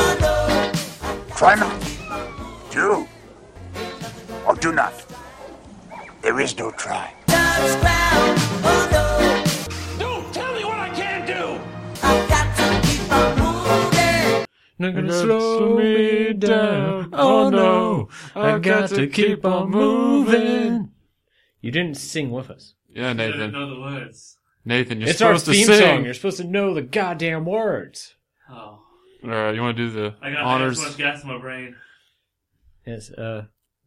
Oh, Finally, do or do not. There is no try. God's ground. Oh no, Don't tell me what I can't do! I've got to keep on moving. Not gonna slow me down. Oh no, I've got to keep on moving. You didn't sing with us. Yeah, I didn't Nathan. know the words. Nathan, you're it's our supposed to theme sing. song. You're supposed to know the goddamn words. Oh, All right, you want to do the I got honors? too much gas in my brain. Yes. Uh,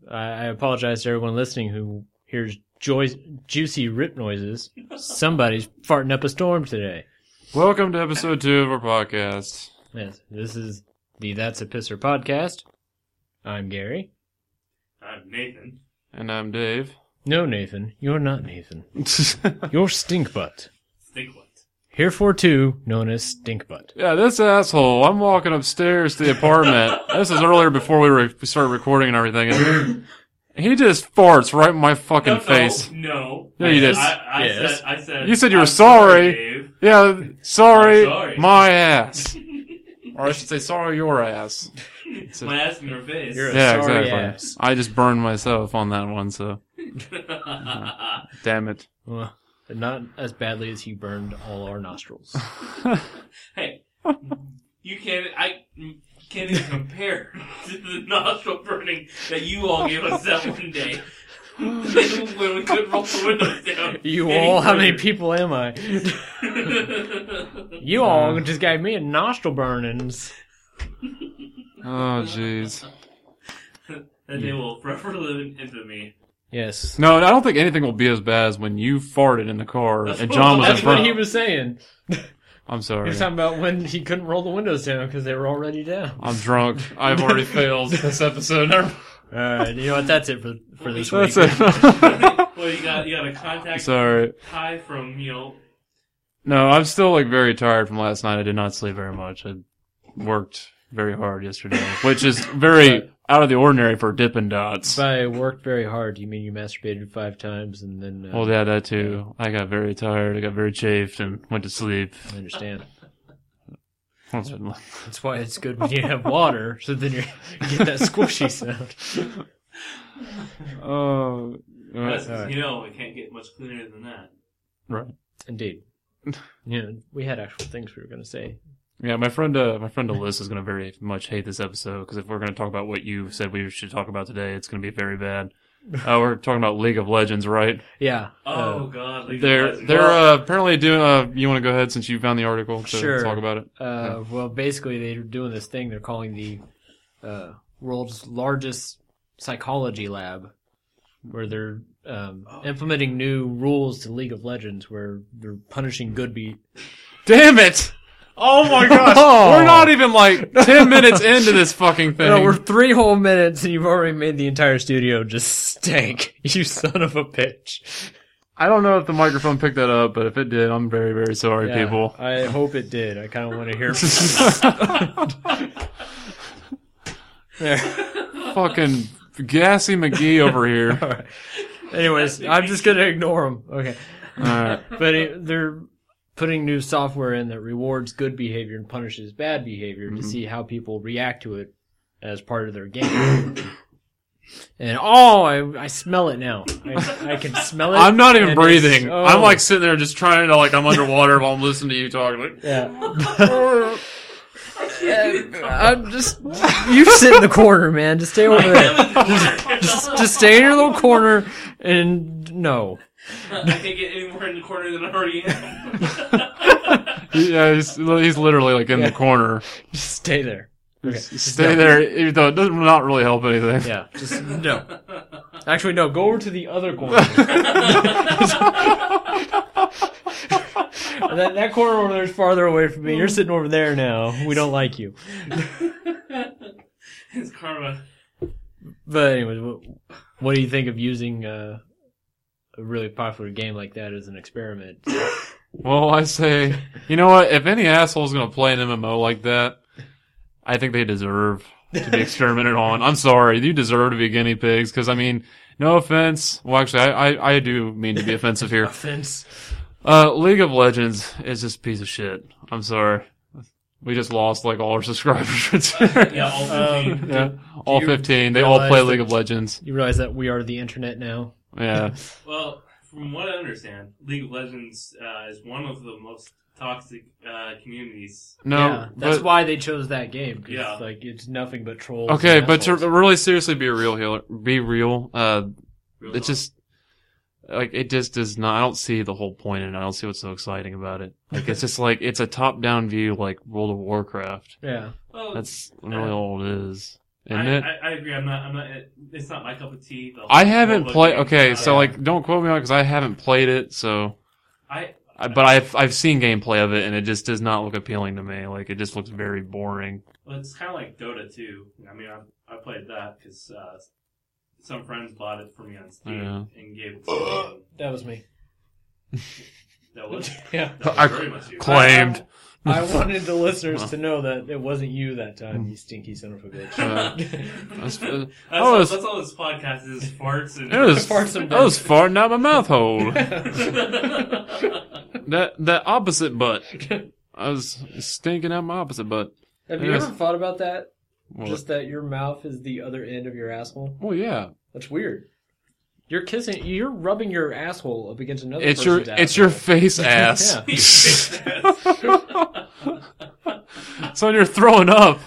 I, I apologize to everyone listening who hears joy, juicy rip noises. Somebody's farting up a storm today. Welcome to episode two of our podcast. Yes. This is the That's a Pisser podcast. I'm Gary. I'm Uh, Nathan. And I'm Dave. No, Nathan, you're not Nathan. You're Stinkbutt. Think what? Herefore too known as Stinkbutt. yeah, this asshole. I'm walking upstairs to the apartment. this is earlier before we, re- we started recording and everything. And he just farts right in my fucking No, face. No. Yeah, you did. I, I Yes. said, I said. You said you were "I'm sorry." Dave. Yeah, sorry, I'm sorry. my ass. or I should say, sorry, your ass. My ass in your face. You're a- Yeah, Sorry exactly. ass. I just burned myself on that one, so damn it. Well, not as badly as he burned all our nostrils. hey, you can't. I you can't even compare to the nostril burning that you all gave us that one day. when we couldn't roll the windows down. You any all, how many further. people am I? You all just gave me a nostril burnings. Oh, jeez. and they will forever live in infamy. Yes. No, I don't think anything will be as bad as when you farted in the car and John was in That's what front. he was saying. I'm He sorry. was talking about when he couldn't roll the windows down because they were already down. I'm drunk. I've already failed this episode. All right, you know what? That's it for, for this week. That's it. well, you got you got a contact sorry. high from you know No, I'm still like very tired from last night. I did not sleep very much. I worked very hard yesterday, which is very out of the ordinary for Dippin' Dots. By worked very hard, you mean you masturbated five times and then? Uh, Well, yeah, that too. I got very tired. I got very chafed and went to sleep. I understand. That's been- That's why it's good when you have water, so then you get that squishy sound. Oh, That's, uh, You know, it can't get much cleaner than that. right. Indeed. You know, we had actual things we were going to say. Yeah, my friend, uh, my friend Alyssa is going to very much hate this episode because if we're going to talk about what you said we should talk about today, it's going to be very bad. Uh, we're talking about League of Legends, right? Yeah. uh, Oh God, like, They're that's- they're uh, apparently doing. Uh, you want to go ahead since you found the article to Sure. talk about it? Uh, uh, well, basically, they're doing this thing they're calling the uh, world's largest psychology lab, where they're um, Oh. implementing new rules to League of Legends, where they're punishing good be Damn it! Oh my gosh, we're not even like ten minutes into this fucking thing. No, we're three whole minutes, and you've already made the entire studio just stank. You son of a bitch! I don't know if the microphone picked that up, but if it did, I'm very very sorry, Yeah, people. I hope it did. I kind of want to hear. there. fucking gassy McGee over here. All right. Anyways, I'm just gonna ignore them. Okay. All right. but it, they're putting new software in that rewards good behavior and punishes bad behavior to see how people react to it as part of their game. and oh, I, I smell it now. I, I can smell it. I'm not even and it's- breathing. oh, I'm like sitting there just trying to like I'm underwater while I'm listening to you talk. Like, yeah. And I'm just you sit in the corner, man. Just stay over uh, there. Just, just stay in your little corner and no. I can't get any more in the corner than I already am. yeah, he's, he's literally like in Yeah. the corner. Just stay there. Okay. Stay there, even though it doesn't not really help anything. Yeah, just no. Actually, no. Go over to the other corner. that, that corner over there is farther away from me. You're sitting over there now. We don't like you. It's karma. But anyways, what, what do you think of using uh, a really popular game like that as an experiment? Well, I say, you know what? If any asshole's gonna play an MMO like that, I think they deserve to be experimented on. I'm sorry, you deserve to be guinea pigs. Because I mean, no offense. Well, actually, I, I I do mean to be offensive here. Offense. Uh, League of Legends is just a piece of shit. I'm sorry. We just lost like all our subscribers. yeah, Yeah, all Um, fifteen. all you fifteen. They all realize play that- League of Legends. You realize that we are the internet now. Yeah, Well, from what I understand, League of Legends uh, is one of the most toxic uh, communities. no, yeah, that's but- why they chose that game. 'cause, Yeah. like it's nothing but trolls. Okay, and but to assholes. really seriously be real, healer, be real. Uh, Real it's talk. just like it just does not. I don't see the whole point in it. I don't see what's so exciting about it. Like it's just like it's a top-down view, like World of Warcraft. yeah, well, That's really all it is, isn't I, it? I, I agree. I'm not. I'm not. It's not my cup of tea. the I whole- haven't whole played. game. Okay, Uh, so like, don't quote me on it because I haven't played it. So, I. I, but I've I've seen gameplay of it, and it just does not look appealing to me. Like, it just looks very boring. Well, it's kind of like Dota too. I mean, I, I played that because uh, some friends bought it for me on Steam Yeah. and gave it to me. that was me. That was, that Yeah, was I- very much you. Claimed. I, I wanted the listeners to know that it wasn't you that time, you stinky son of a bitch. Uh, that's, that's- uh, all- was- that's all this podcast is farts and it was Fart some that was farting out my mouth hole. I that that opposite butt. I was stinking out my opposite butt. Have you Yes. ever thought about that? Well, Just that your mouth is the other end of your asshole. well, yeah. That's weird. You're kissing. You're rubbing your asshole up against another. It's your person's it's your asshole. face ass. Yeah. So when you're throwing up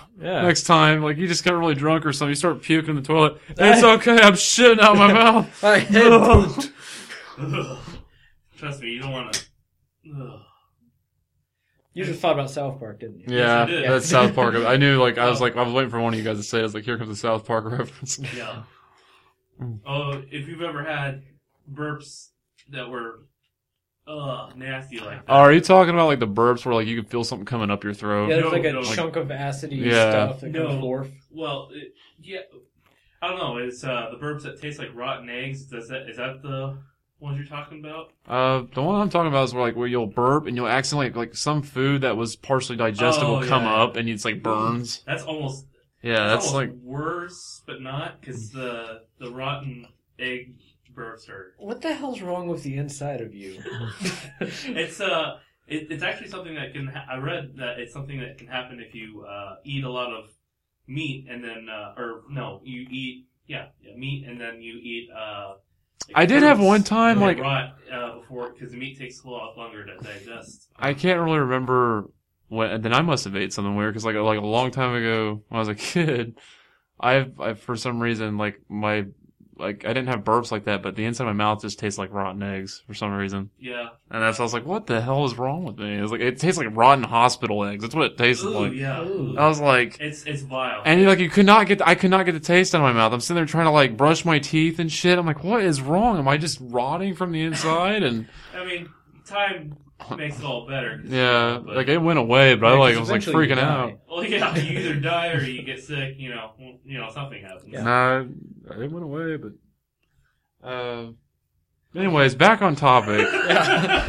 Yeah. next time, like you just got really drunk or something, you start puking in the toilet. It's okay. I'm shitting out my mouth. My head pooped. Trust me, you don't want to. You just thought about South Park, didn't you? Yeah, Yes, it is. that's South Park. I knew, like, I was like, I was waiting for one of you guys to say, it. I was like, here comes the South Park reference. Yeah. Oh, if you've ever had burps that were uh nasty like that. Oh, are you talking about like the burps where like you can feel something coming up your throat? Yeah, there's No, like a no. chunk of acidy Yeah. stuff that comes No. forth. Well, it, yeah, I don't know. It's uh the burps that taste like rotten eggs. Does that is that the ones you're talking about? Uh, the one I'm talking about is where like where you'll burp and you'll accidentally like, like some food that was partially digested Oh, will come yeah. up and it's like burns. That's almost Yeah, that's almost like worse, but not because the the rotten egg burps are. What the hell's wrong with the inside of you? It's uh. It, it's actually something that can. Ha- I read that it's something that can happen if you uh, eat a lot of meat and then, uh, or no, you eat yeah, yeah meat and then you eat. Uh, like I did have fruits one time, that like- rot uh, before because the meat takes a lot longer to digest. I can't really remember what. And then I must have ate something weird because like like a long time ago when I was a kid, I've I for some reason like my like I didn't have burps like that, but the inside of my mouth just tastes like rotten eggs for some reason. Yeah. And that's I was like, what the hell is wrong with me? It's like it tastes like rotten hospital eggs. That's what it tasted Ooh, like. yeah. Ooh. I was like. It's it's vile. And like you could not get, I could not get the taste out of my mouth. I'm sitting there trying to like brush my teeth and shit. I'm like, what is wrong? Am I just rotting from the inside? And I mean, time makes it all better. yeah, But- like it went away, but I Yeah, like 'cause I was like eventually you freaking out. Well, yeah, you either die or you get sick. You know, well, you know something happens. Yeah. No, it went away, but. Uh, anyways, back on topic.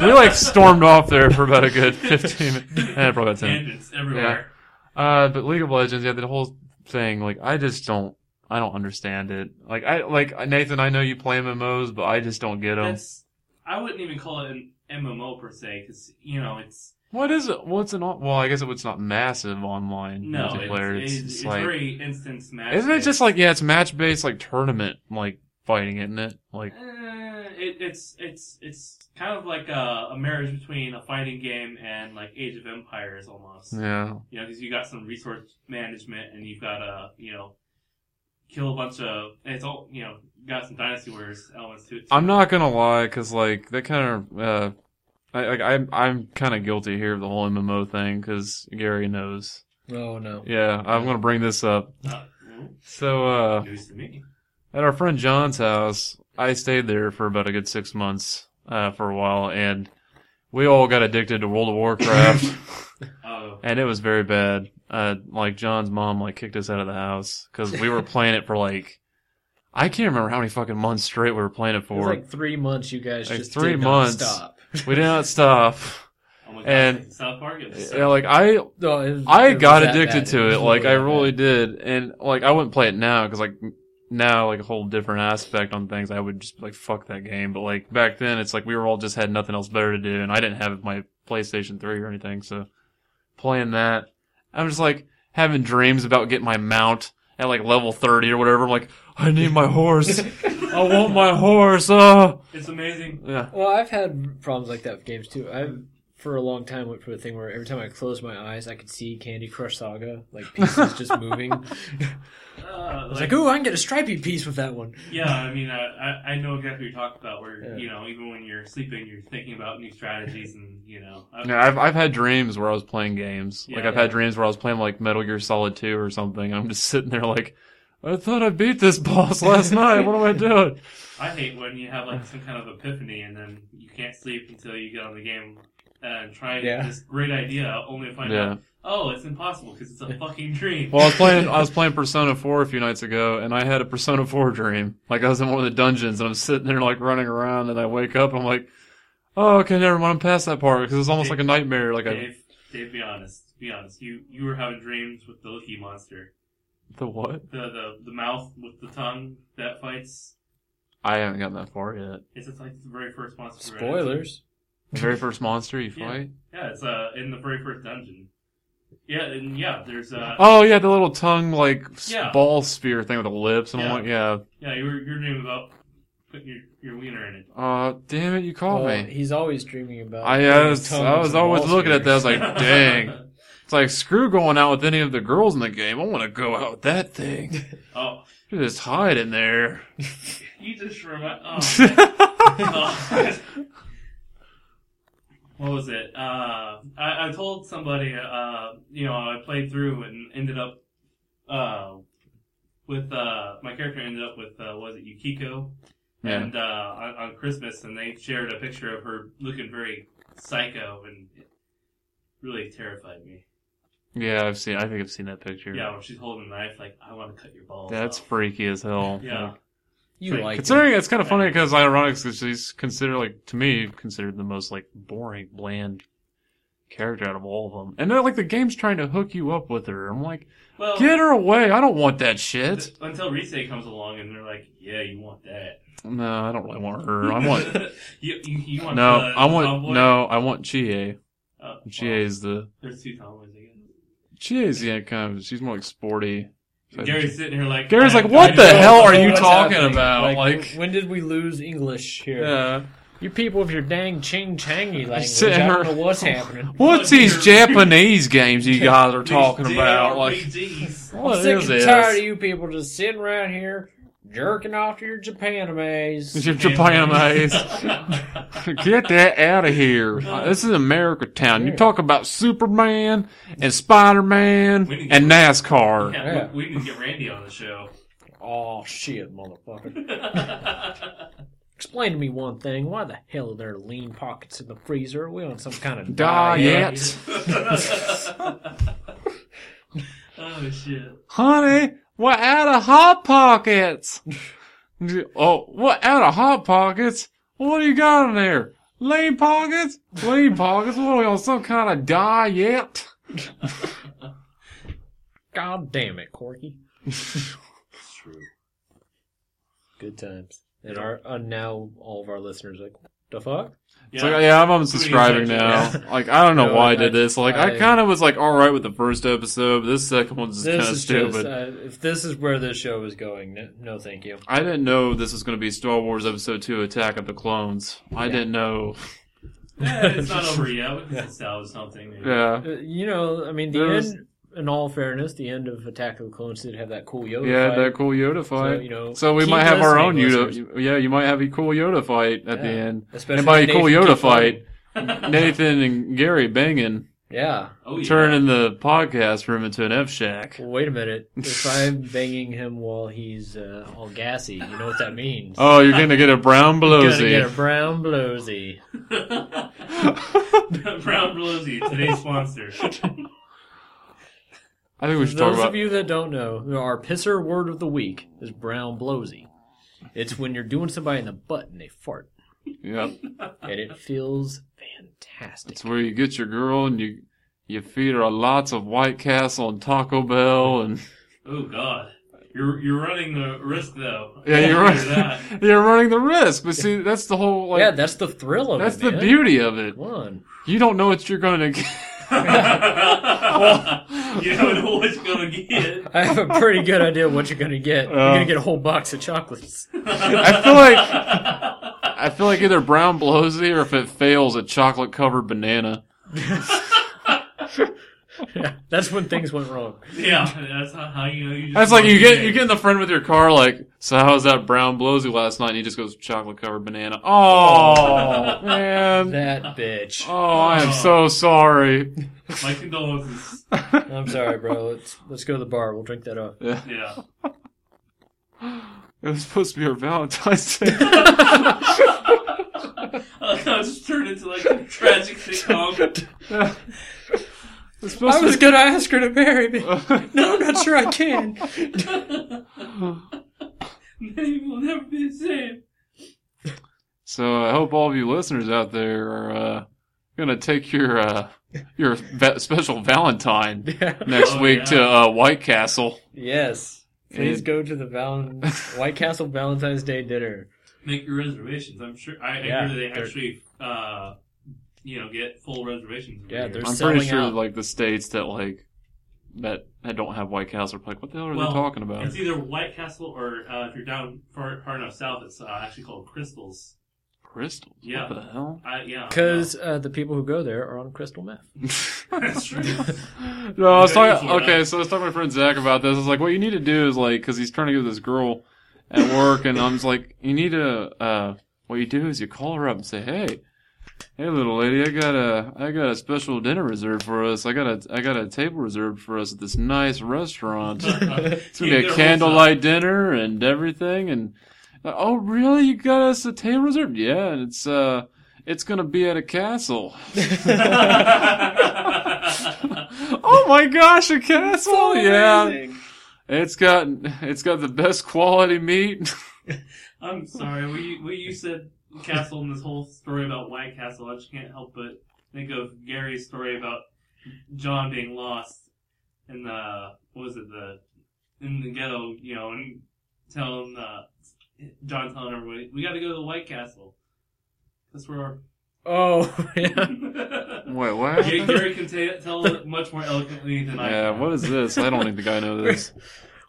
we like stormed off there for about a good 15 minutes. Eh, probably about 10. Tangents everywhere. Uh, but League of Legends, yeah, the whole thing, like, I just don't, I don't understand it. Like, I, like, Nathan, I know you play MMOs, but I just don't get them. That's I wouldn't even call it an MMO per se because you know it's What is it? What's an, on- well, I guess it's not massive online no multiplayer. it's, It's, it's, just it's like, very instance match. isn't it just like, yeah, it's match based, like, tournament, like, fighting, isn't it? Like, Eh, it, it's it's it's kind of like a, a marriage between a fighting game and like Age of Empires almost. yeah. You know, because you got some resource management and you've got to you know kill a bunch of and it's all you know got some Dynasty Warriors elements to it. too. I'm not gonna lie, because like that kind of, uh, I, like I'm I'm kind of guilty here of the whole MMO thing, because Gary knows. Oh no. Yeah, I'm gonna bring this up. Uh, well, So uh, news to me. at our friend John's house, I stayed there for about a good six months uh, for a while, and we all got addicted to World of Warcraft, Oh, and it was very bad. Uh, like John's mom like kicked us out of the house because we were playing it for like. I can't remember how many fucking months straight we were playing it It was for. like three months. You guys Like just three did months. Not stop. we did not stop. oh my God. And- South Park. It was so Yeah, like I No, it was- it I was got that addicted bad. to it. was Like I that really bad. did, and like I wouldn't play it now because like now like a whole different aspect on things. I would just be like fuck that game. But like back then, it's like we were all just had nothing else better to do, and I didn't have my PlayStation Three or anything, so playing that. I'm just like having dreams about getting my mount at like level 30 or whatever. I'm like, I need my horse. I want my horse. Oh, It's amazing. yeah. Well, I've had problems like that with games too. I've for a long time went for a thing where every time I closed my eyes, I could see Candy Crush Saga like pieces just moving. I Uh, was like, "Ooh, I can get a stripy piece with that one." yeah, I mean, I, I, I know exactly what you're talking about. Where Yeah. you know, even when you're sleeping, you're thinking about new strategies, and you know, I, Yeah, I've I've had dreams where I was playing games. like Yeah. I've had dreams where I was playing like Metal Gear Solid 2 or something. I'm just sitting there like, I thought I beat this boss last night. What am I doing? I hate when you have like some kind of epiphany and then you can't sleep until you get on the game and try Yeah. this great idea, only to find Yeah. out, oh, it's impossible because it's a fucking dream. Well, I was playing I was playing Persona 4 a few nights ago, and I had a Persona 4 dream. Like I was in one of the dungeons, and I'm sitting there like running around, and I wake up, and I'm like, oh, okay, never mind, I'm past that part because it's almost like a nightmare. Like a Dave, Dave, be honest. Be honest. You you were having dreams with the Licky monster, the what? the the the mouth with the tongue that fights. I haven't gotten that far yet. It's just like the very first monster. we ran into. Spoilers. The very first monster you Yeah. fight. Yeah, it's uh in the very first dungeon. Yeah, and yeah, there's uh Oh yeah, the little tongue like s- Yeah. ball spear thing with the lips, and Yeah. I'm like, yeah. yeah, you were you're dreaming about putting your your wiener in it. Uh, damn it, you caught Well, me. he's always dreaming about. I, I getting was, I tongues was and always ball looking at that. I was spears. like, dang. It's like, screw going out with any of the girls in the game. I want to go out with that thing. oh, You just hide in there. you just remind. Oh, God. what was it? Uh, I, I told somebody. Uh, you know, I played through and ended up uh with uh my character ended up with uh, was it Yukiko? Yeah. And uh, on, on Christmas, and they shared a picture of her looking very psycho, and it really terrified me. Yeah, I've seen. I think I've seen that picture. Yeah, when she's holding a knife, like I want to cut your balls. That's off. freaky as hell. yeah. "You like it. Considering it's kind of funny because ironic because she's considered like to me considered the most like boring, bland character out of all of them, and they're like the game's trying to hook you up with her. I'm like, Well, get her away! I don't want that shit. th- until Risei comes along, and they're like, "Yeah, you want that? No, I don't really want her. I want you, you, you want no. the- I want the tomboy? no. I want Chie. Oh, Chie well, is the there's two tomboys. I guess. Chie's yeah kind of. She's more like sporty. So- Gary's sitting here like Gary's I- like, what I the don't- hell are you What's talking happening? about? Like, Like, when did we lose English here? yeah. You people with your dang ching changy language. Sit I here. don't know what's happening. What's these Japanese games you guys are talking These about? Like, JRPGs. what I'm sick is and this? tired of you people just sitting around here jerking off to your Japanimes. It's your Japan eyes. Get that out of here. Uh, This is America town. You talk about Superman and Spider Man We need- and NASCAR. yeah, we, we need to get Randy on the show. Oh shit, motherfucker. Explain to me one thing. Why the hell are there lean pockets in the freezer? Are we on some kind of diet? Diet. oh shit! Honey, we're out of Hot Pockets. oh, we're out of Hot Pockets? What do you got in there? Lean Pockets? Lean Pockets? What are we on, some kind of diet? God damn it, Corky. It's true. Good times. And our uh, now all of our listeners are like, the fuck? It's like, yeah, I'm unsubscribing now. Yeah. Like, I don't know No, why I, I- did this. Like, I, I- kind of was like, all right with the first episode, but this second one's just kind This of is stupid. just uh, if this is where this show is going, no, no thank you. I didn't know this was going to be Star Wars Episode Two: Attack of the Clones. I didn't know. Eh, it's not over yet. We can salvage something. Maybe. Yeah, Uh, you know, I mean, the There was- end. In all fairness, the end of Attack of the Clones did have that cool Yoda. yeah, fight. that cool Yoda fight. So, you know, we keep might have our own listening, Yoda. listeners. Yeah, you might have a cool Yoda fight at the Yeah. end. Especially and by a if cool Nathan Yoda keeps fighting. fight, Nathan and Gary banging, Yeah. Oh, yeah. turning the podcast room into an F shack. Well, wait a minute. If I'm banging him while he's uh, all gassy, you know what that means. Oh, you're gonna get a brown Gotta get a blowsy. brown blowsy. Brown Rosie, today's sponsor. I think we For should talk those about. of you that don't know, our pisser word of the week is brown blowsy. It's when you're doing somebody in the butt and they fart, yeah. and it feels fantastic. It's where you get your girl and you you feed her lots of White Castle and Taco Bell and Oh God, you're you're running the risk though. yeah, you're Don't do that. running, you're running the risk. But see, that's the whole like yeah, that's the thrill of that's it. the man. beauty of it. Come on. You don't know what you're going to get. You don't know what's gonna get. I have a pretty good idea what you're gonna get. you're Uh. gonna get a whole box of chocolates. I feel like I feel like either brown blowsy or if it fails, a chocolate covered banana. yeah, that's when things went wrong. Yeah, that's not how you know. You just That's like you get you get in the friend with your car. Like, so how was that brown blowsy last night? And he just goes chocolate covered banana. Oh man. That bitch. Oh, I am so sorry. My condolences. I'm sorry, bro. Let's let's go to the bar. We'll drink that up. Yeah. It was supposed to be our Valentine's Day. I just turned into like a tragic sitcom. It's supposed I was to gonna ask her to marry me. be- No, I'm not sure I can. Maybe we'll never be the same. so I hope all of you listeners out there are uh, gonna take your uh, your va- special Valentine next Oh, week yeah. to uh, White Castle. Yes. Please And- go to the Valen- White Castle Valentine's Day dinner. Make your reservations. I'm sure. I, I Yeah, hear they they're- actually, uh, you know, get full reservations. over Yeah, here. they're I'm pretty selling sure out. like the states that like that that don't have White Castle are like, what the hell are Well, they talking about? It's either White Castle or uh, if you're down far, far enough south, it's uh, actually called Crystals. Crystals. Yeah. What the hell? I, yeah, Because uh, the people who go there are on crystal meth. no. that's true. No, I was Yeah, talking. Florida. Okay, so I was talking to my friend Zach about this. I was like, what you need to do is like, because he's trying to get this girl at work, and I'm just like, you need to. uh What you do is you call her up and say, hey. Hey little lady, I got a I got a special dinner reserved for us. I got a I got a table reserved for us at this nice restaurant. Oh, It's gonna be a candlelight dinner and everything, and uh, oh really? You got us a table reserved? Yeah, and it's uh, it's gonna be at a castle. oh my gosh, a castle! yeah, it's got it's got the best quality meat. I'm sorry. What you, what you said, Castle, and this whole story about White Castle, I just can't help but think of Gary's story about John being lost in the what was it the in the ghetto, you know, and telling uh, John telling everybody we got to go to the White Castle. That's where our Oh, yeah. Wait, Yeah, what? Gary can ta- tell it much more eloquently than I Yeah, can. what is this? I don't even think I know this.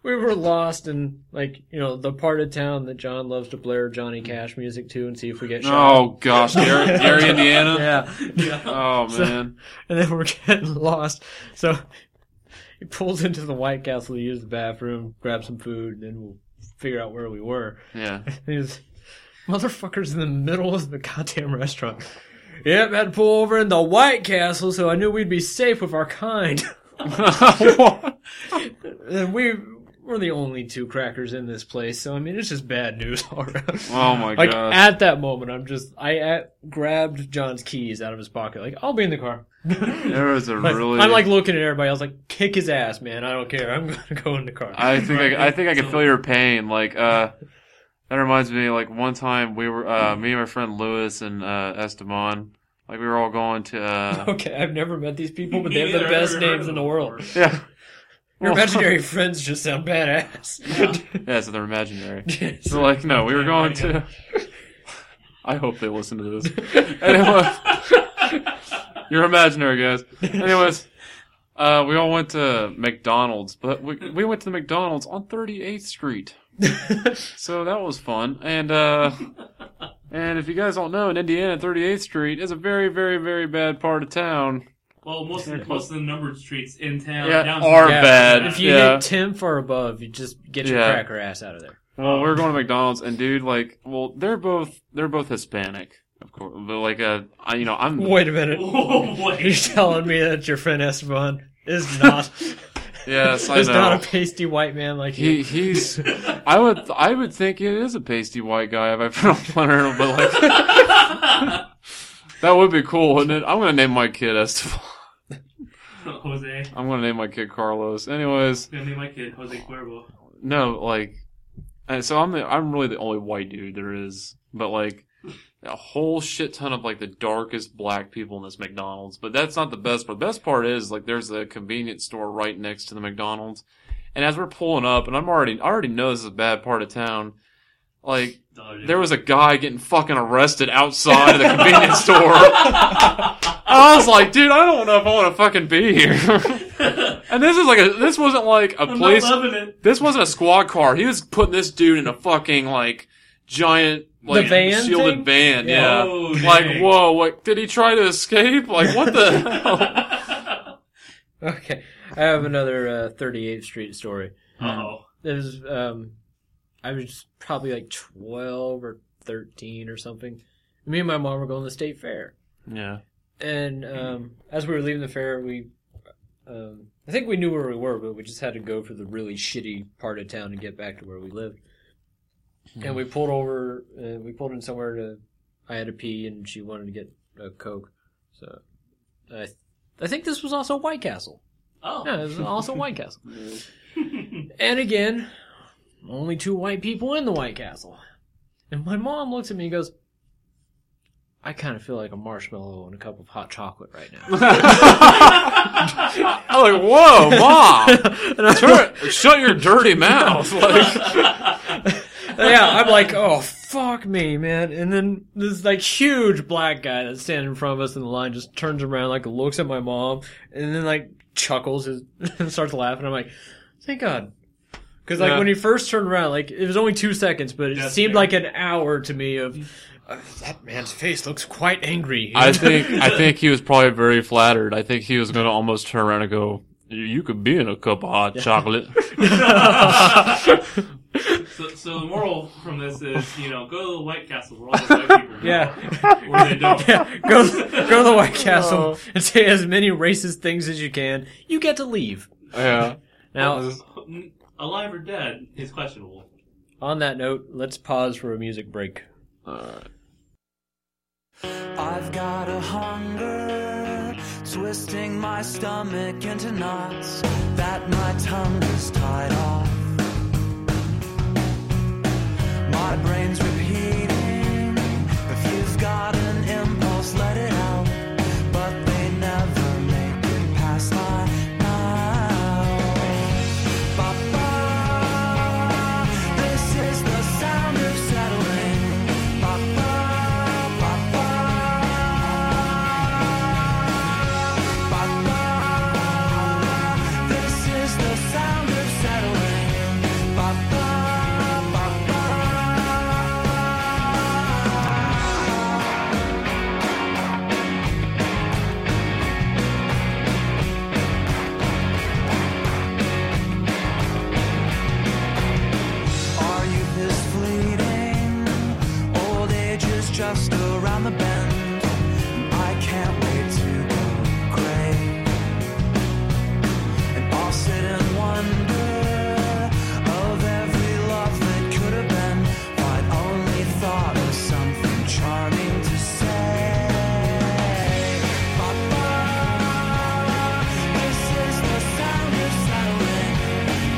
we were lost in, like, you know, the part of town that John loves to blare Johnny Cash music to and see if we get shot. Oh gosh, Gary, Gary Indiana. Yeah. Yeah. Oh man, and then we're getting lost. So he pulls into the White Castle to use the bathroom, grab some food, and then we'll figure out where we were. yeah. And he's motherfuckers in the middle of the goddamn restaurant. Yep, had to pull over in the White Castle, so I knew we'd be safe with our kind. and we we're the only two crackers in this place, so I mean it's just bad news all around. oh my Like gosh. at that moment, I'm just I at, grabbed John's keys out of his pocket. Like I'll be in the car. There was a Like, really. I'm like looking at everybody. I was like, kick his ass, man. I don't care. I'm gonna go in the car. I think I, I think I can So- feel your pain. Like uh, that reminds me. Like one time we were uh, me and my friend Lewis and uh, Esteban. Like we were all going to uh, okay, I've never met these people, but Me they have the neither. I've best never heard names of in the them world. before. yeah Your imaginary friends just sound badass. yeah. So they're imaginary. Yes. So like no, we were going to. I hope they listen to this. Anyway, you're imaginary guys. Anyways. Uh, we all went to McDonald's, but we we went to the McDonald's on 38th Street. So that was fun. And uh and if you guys don't know, in Indiana, 38th Street is a very, very, very bad part of town. Well, most of, the, most of the numbered streets in town Yeah, down are Yeah. bad. If you yeah. hit tenth or above, you just get your Yeah. cracker ass out of there. well, we were going to McDonald's, and dude, like, well, they're both they're both Hispanic, of course. But like, uh, I, you know, I'm Wait a minute. Oh, You're wait. telling me that your friend Esteban is not yes, I is not know. a pasty white man like He he. he's I would I would think it is a pasty white guy if I put on Leonard, but like that would be cool, wouldn't it? I'm gonna name my kid Esteban. Jose. I'm gonna name my kid Carlos. Anyways, Gonna name my kid Jose Cuervo. No, like, and so I'm the, I'm really the only white dude there is, but like a whole shit ton of like the darkest black people in this McDonald's. But that's not the best part. The best part is like there's a convenience store right next to the McDonald's, and as we're pulling up, and I'm already I already know this is a bad part of town. Like Dollar there was a guy getting fucking arrested outside of the convenience store. I was like, dude, I don't know if I want to fucking be here. General. And this is like a this wasn't like a I'm place. not loving it. This wasn't a squad car. He was putting this dude in a fucking like giant like van shielded thing? van. Yeah. Yeah. Oh, like dang. whoa! What did he try to escape? Like what the hell? Okay, I have another uh, 38th Street story. oh. There's, um, I was probably like 12 or 13 or something. Me and my mom were going to the state fair, Yeah. and um, as we were leaving the fair, we, um, I think we knew where we were, but we just had to go for the really shitty part of town to get back to where we lived. And we pulled over, uh, we pulled in somewhere to. I had to pee, and she wanted to get a coke, so I, I think this was also White Castle. Oh. Yeah, it was also White Castle. and again, only two white people in the White Castle. And my mom looks at me and goes, I kind of feel like a marshmallow and a cup of hot chocolate right now. I'm like whoa, mom! Turn- shut your dirty mouth! Like yeah, I'm like, oh, fuck me, man. And then this, like, huge black guy that's standing in front of us in the line just turns around, like, looks at my mom, and then, like, chuckles and and starts laughing. I'm like, thank God. Because, like, Yeah. when he first turned around, like, it was only two seconds, but it That's seemed fair. like an hour to me of, "Uh, that man's face looks quite angry. I think I think he was probably very flattered. I think he was gonna almost turn around and go, "You could be in a cup of hot chocolate." So, so the moral from this is, you know, go to the White Castle where all the white people Yeah. go, or they don't. yeah, go go to the White Castle and say as many racist things as you can. You get to leave. Oh, yeah. Now, Alive or dead is questionable. on that note, let's pause for a music break. I've got a hunger twisting my stomach into knots that my tongue is tied off. My brain's repeating if you've got an impulse, let it out. But they never make it past my mouth. Ba-ba, this is the sound of settling. Ba-ba, ba-ba. Ba-ba, this is the sound of settling. Ba-ba, ba-ba. Our youth is fleeting. Old age is just around the bend. I can't wait to go gray. And I'll sit and wonder of every love that could have been. But only thought of something charming to say. Papa, this is the sound of settling.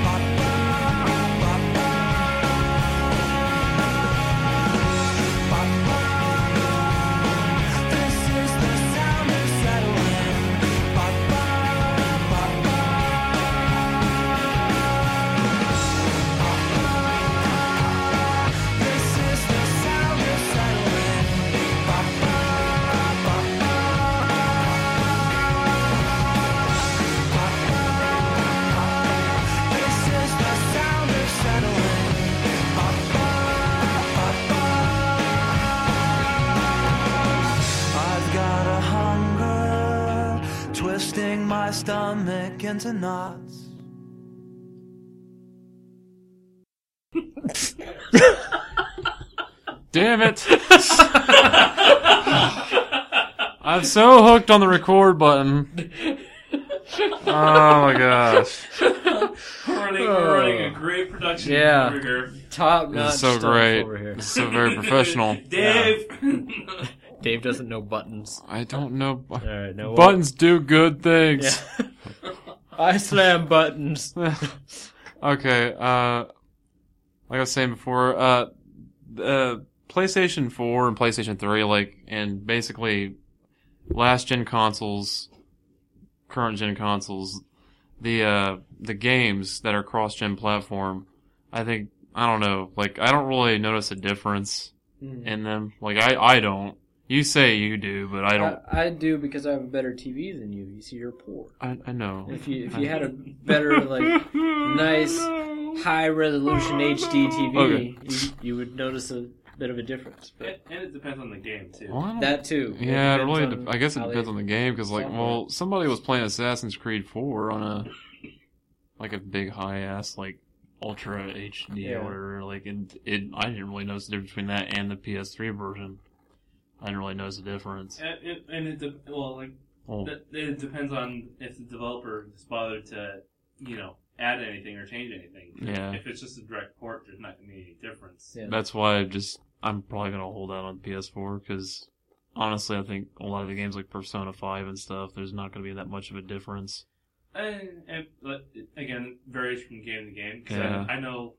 Papa, papa. This is the sound of settling. Ba-ba, ba-ba. This is the sound of settling. Ba-ba, ba-ba. This is the sound of settling. Ba-ba, ba-ba. I've got a hunger twisting my stomach into knots. Damn it. I'm so hooked on the record button. Oh my gosh. We're running, we're running a great production Yeah. over here. Top notch. This is so stuff great. Over here. This is so very professional. Dave. Dave doesn't know buttons. I don't know. All right, no Buttons do good things. I slam buttons. okay, uh, like I was saying before, uh, uh, PlayStation 4 and PlayStation 3, like, and basically last gen consoles, current gen consoles, the, uh, the games that are cross gen platform, I think, I don't know, like, I don't really notice a difference in them. Like, I, I don't. You say you do, but I don't. I, I do because I have a better TV than you. You see, you're poor. I, I know. If you if you had a better like nice high resolution HD TV, Okay. you, you would notice a bit of a difference. But And and it depends on the game too. Well, I don't- that too. Yeah, it really. depends dep- on I guess it how they- depends on the game because, like, software. well, somebody was playing Assassin's Creed Four on a like a big high ass like ultra HD Yeah. or whatever. Like, and it, I didn't really notice the difference between that and the PS3 version. I didn't really notice the difference. And it, and it de- well, like Well, that, it depends on if the developer has bothered to, you know, add anything or change anything. Yeah. If it's just a direct port, there's not going to be any difference. Yeah. that's why I just I'm probably gonna hold out on PS4 because honestly, I think a lot of the games like Persona Five and stuff, there's not gonna be that much of a difference. And, and but it, again, varies from game to game. 'cause Yeah. I, I know.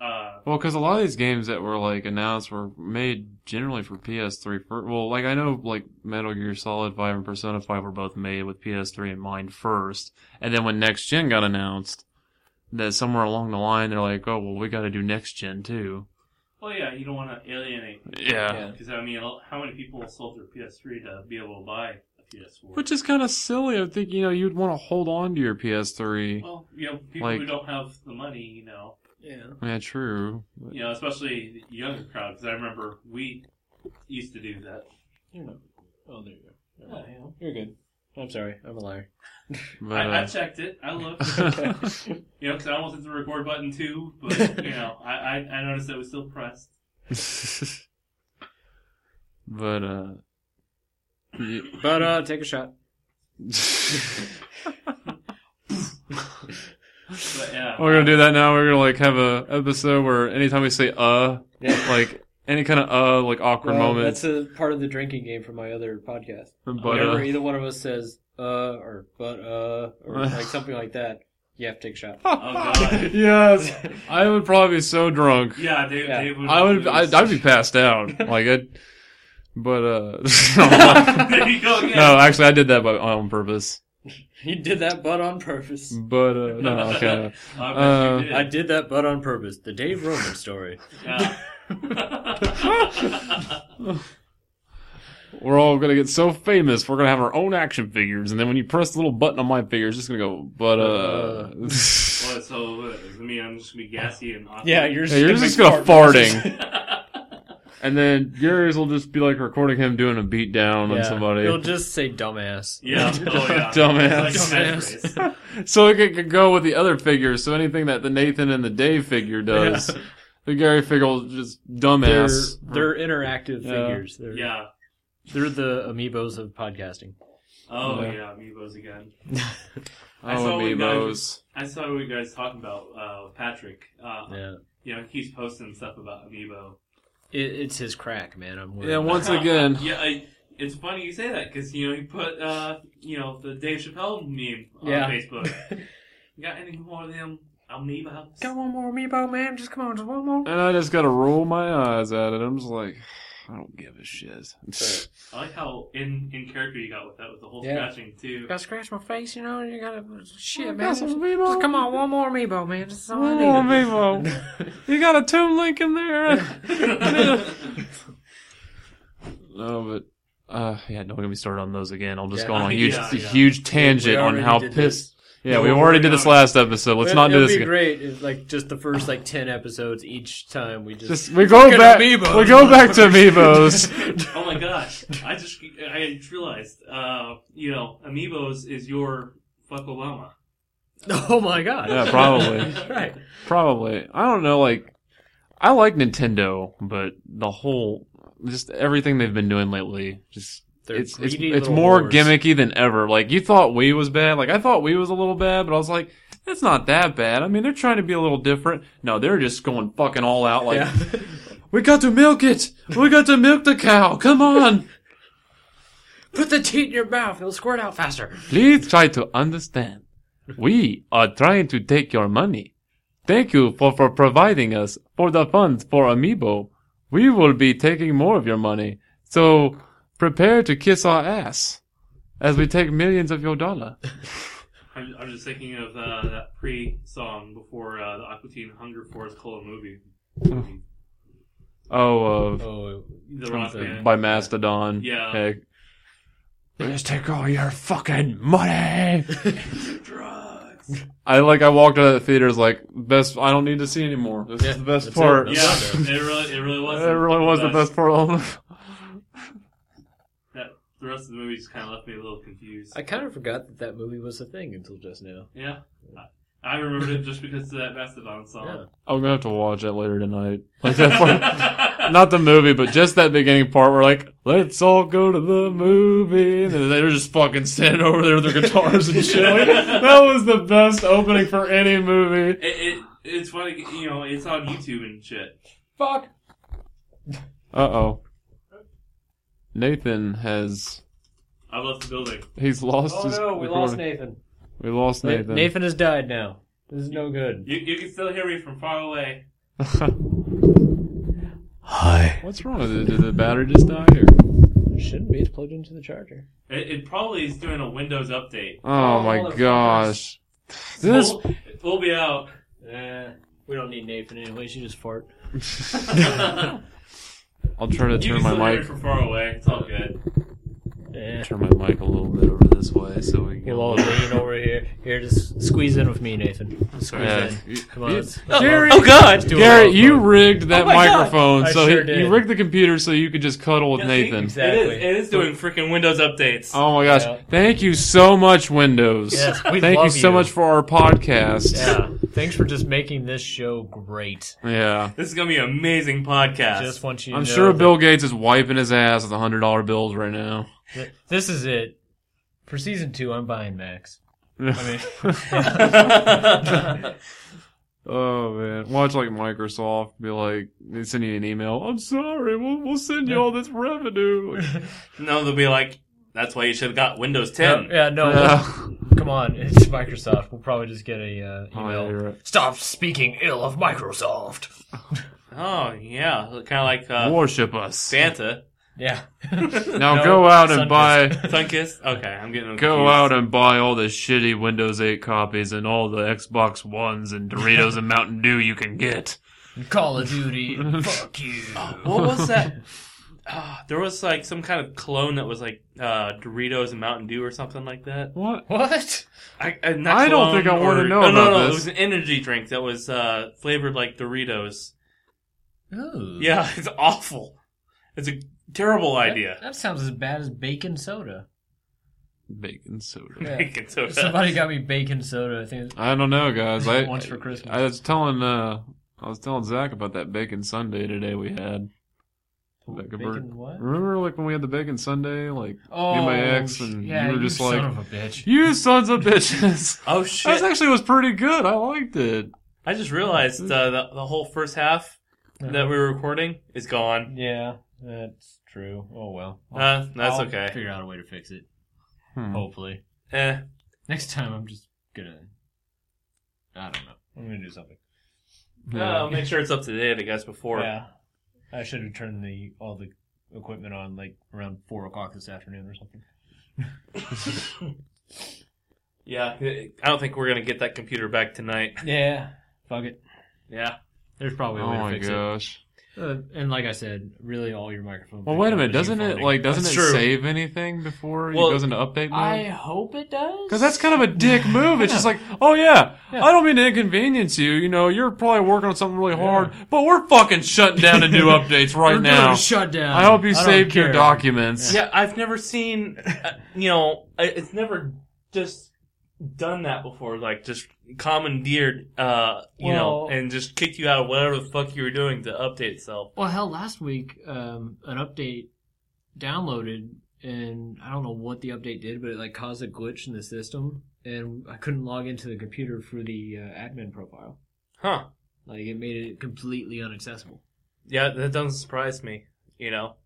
Uh, Well, because a lot of these games that were like announced were made generally for PS3. First. Well, like I know like Metal Gear Solid Five and Persona Five were both made with PS3 in mind first, and then when Next Gen got announced, that somewhere along the line they're like, oh well, we got to do Next Gen too. well, yeah, you don't want to alienate. Yeah. Yeah. Because I mean, how many people sold their PS3 to be able to buy a PS4? Which is kind of silly. I think you know you'd want to hold on to your PS3. well, you know, people who like- don't have the money, you know, Yeah. Yeah, true. you know, especially the younger crowd. Because I remember we used to do that. You're not. Oh, there you go. Never mind. You're good. I'm sorry. I'm a liar. But, I, I uh, checked it. I looked. Okay. You know, because I almost hit the record button too, but you know, I, I, I noticed it was still pressed. uh, but uh. y- but uh, take a shot. But yeah, We're gonna do that now. We're gonna like have a episode where anytime we say uh, Yeah. like any kind of uh, like awkward Well, moment. That's a part of the drinking game from my other podcast. But Whenever uh, either one of us says uh or but uh or like something like that, you have to take a shot. oh god, yes, I would probably be so drunk. yeah, Dave, Yeah. Dave would. I would. I'd, I'd be passed out. Like it. But uh, there you go again. no, actually, I did that by, on purpose. You did that but on purpose. But uh, no, okay. I bet Uh, you did. I did that but on purpose. The Dave Roman story. Yeah. We're all gonna get so famous. We're gonna have our own action figures, and then when you press the little button on my figure, it's just gonna go. But uh, well, so uh, I mean, I'm just gonna be gassy and awkward. Yeah, you're just, Yeah, you're gonna just make gonna fart noises. farting, and then yours will just be like recording him doing a beat down on Yeah. somebody. You'll just say dumbass. yeah, oh, yeah. Dumbass. It's like a catchphrase. So it could, could go with the other figures. So anything that the Nathan and the Dave figure does, the Gary figure will just They're, dumbass. they're interactive Yeah. figures. They're, Yeah. they're the amiibos of podcasting. Oh Yeah. yeah. Amiibos again. I oh, saw we got- amiibos. I saw what you guys talking about uh, Patrick. Uh, Yeah. You know, he keeps posting stuff about Amiibo. It, it's his crack, man. I'm worried. Yeah, about once again. yeah, I, it's funny you say that because you know he put uh you know the Dave Chappelle meme on Yeah. Facebook. You got any more of them amoebas? Got one more amiibo, man. Just come on, just one more. And I just gotta roll my eyes at it. I'm just like, I don't give a shit. I like how in in character you got with that with the whole Yeah. scratching too. Gotta scratch my face, you know. You gotta shit, got man. some Just, amiibo. just come on, one more amiibo, man. That's all One I need. more you got a Toon Link in there. No, but uh, yeah, don't get me started on those again. I'll just Yeah. go on a Yeah, huge, yeah. huge tangent on already how did pissed. Yeah, Yeah, we we'll already work did it this out. last episode. Let's not do It'd this be again. great if, like, just the first like ten episodes each time we just, Just we go at back. Amiibos. We go back to Amiibos. oh my gosh! I just I just realized uh you know amiibos is your fuck Obama. Oh my god. yeah, probably, Right. probably. I don't know. Like, I like Nintendo, but the whole, just everything they've been doing lately, just They're it's it's, greedy it's little more whores. gimmicky than ever. Like you thought Wii was bad. Like I thought Wii was a little bad, but I was like, that's not that bad. I mean, they're trying to be a little different. No, they're just going fucking all out. Like Yeah. we got to milk it. We got to milk the cow. Come on, Put the teat in your mouth. It'll squirt out faster. please try to understand. We are trying to take your money. Thank you for, for providing us for the funds for Amiibo. We will be taking more of your money. So prepare to kiss our ass as we take millions of your dollar. I'm, I'm just thinking of uh, that pre song before uh, the Aqua Teen Hunger Force Cola movie. Oh, uh, Oh, The rock band. by Mastodon. Yeah. Heck. Let's take all your fucking money. Drugs. I like. I walked out of the theaters like best. I don't need to see anymore. This Yeah, is the best that's it. part. That's Yeah, it really, it really was. It really was the best part. of it. That, the rest of the movie just kind of left me a little confused. I kind of forgot that that movie was a thing until just now. yeah, I, I remembered it just because of that Mastodon song. I'm gonna have to watch that later tonight. Like that part, not the movie, but just that beginning part where like, let's all go to the movie, and then they were just fucking standing over there with their guitars and shit. Like, that was the best opening for any movie. It, it, it's funny, you know, it's on YouTube and shit. Fuck. Uh oh. Nathan has I left the building. he's lost Oh his. no, we lost recording. Nathan. We lost Na- Nathan. Nathan. has died now. This is no good. You, you can still hear me from far away. Hi. What's wrong with it? Did the battery just die? Or? Shouldn't be. It's plugged into the charger. It, it probably is doing a Windows update. Oh, my motherfuckers. gosh. This We'll, we'll be out. Eh, we don't need Nathan anyway. She just fart. I'll try to you can still turn my hear me mic from far away. It's all good. Eh. turn my mic a little bit over this way so we can We'll all lean over here. Here, just squeeze in with me, Nathan. Squeeze Yeah. in. You- Come on. Oh, you- let's- Gary- let's- let's God, do a Garrett, little you vote. rigged that Oh my God. microphone, I so sure he- did. you rigged the computer so you could just cuddle with Yeah, see, Nathan. Exactly. It is, it is doing freaking Windows updates. Oh my gosh! Yeah. Thank you so much, Windows. Yes, we Thank you love so you. much for our podcast. Yeah. Thanks for just making this show great. Yeah. This is gonna be an amazing podcast. Just want you to I'm know sure that Bill Gates is wiping his ass with hundred dollar bills right now. th- this is it. For season two, I'm buying Max. I mean, oh man, watch like Microsoft be like they send you an email. I'm sorry, we'll we'll send you all this revenue. Like, no, they'll be like, "That's why you should have got Windows 10." yeah, no, yeah. come on, it's Microsoft. We'll probably just get a uh, Oh, yeah, email. you're right. Stop speaking ill of Microsoft. Oh yeah, kind of like uh, Worship us. Santa. Yeah. Now No, go out and Sunkist. buy. Sunkist. Okay, I'm getting them Go confused. out and buy all the shitty Windows 8 copies and all the Xbox Ones and Doritos and Mountain Dew you can get. Call of Duty. Fuck you. What was that? Ah, there was like some kind of clone that was like uh, Doritos and Mountain Dew or something like that. What? What? I, uh, not I don't clone think I wanna or- know no, about no, no, this. It was an energy drink that was uh, flavored like Doritos. Ooh. Yeah, it's awful. It's a terrible That- idea. That sounds as bad as bacon soda. Bacon soda. Yeah. Bacon soda. Somebody got me bacon soda. I think it was I don't know, guys. I once for Christmas. I was telling uh, I was telling Zach about that bacon Sunday today we had. That could work. Oh, bacon what? Remember, like when we had the bacon Sunday, like Oh, me and my ex, and yeah, you were just son like, of a bitch. "You sons of bitches." Oh That shit! actually was pretty good. I liked it. I just realized uh, the the whole first half Uh-huh. that we were recording is gone. Yeah, that's true. Oh well. Uh, that's I'll okay. Figure out a way to fix it. Hmm. Hopefully, Eh. next time I'm just gonna. I don't know. I'm gonna do something. Uh, I'll make sure it's up to date. I guess before. yeah, I should have turned the all the equipment on like around four o'clock this afternoon or something. Yeah, I don't think we're gonna get that computer back tonight. Yeah. Fuck it. Yeah. There's probably a Oh way to my fix gosh. it. Uh, and like I said, really, all your microphones. Well, wait a minute. Doesn't it like doesn't That's it true. save anything before Well, it goes into update I mode? hope it does. Because that's kind of a dick move. It's just like, oh yeah, I don't mean to inconvenience you. You know, you're probably working on something really hard, but we're fucking shutting down the new updates right now. Shut down. I hope you don't saved your care. documents. Yeah, I've never seen. Uh, you know, I- it's never just done that before. Like just commandeered, uh, you know, Well- and just kicked you out of whatever the fuck you were doing to update itself. Well, hell, last week um, an update downloaded, and I don't know what the update did, but it like caused a glitch in the system, and I couldn't log into the computer for the uh, admin profile. Huh. Like it made it completely unaccessible. Yeah, that doesn't surprise me. You know,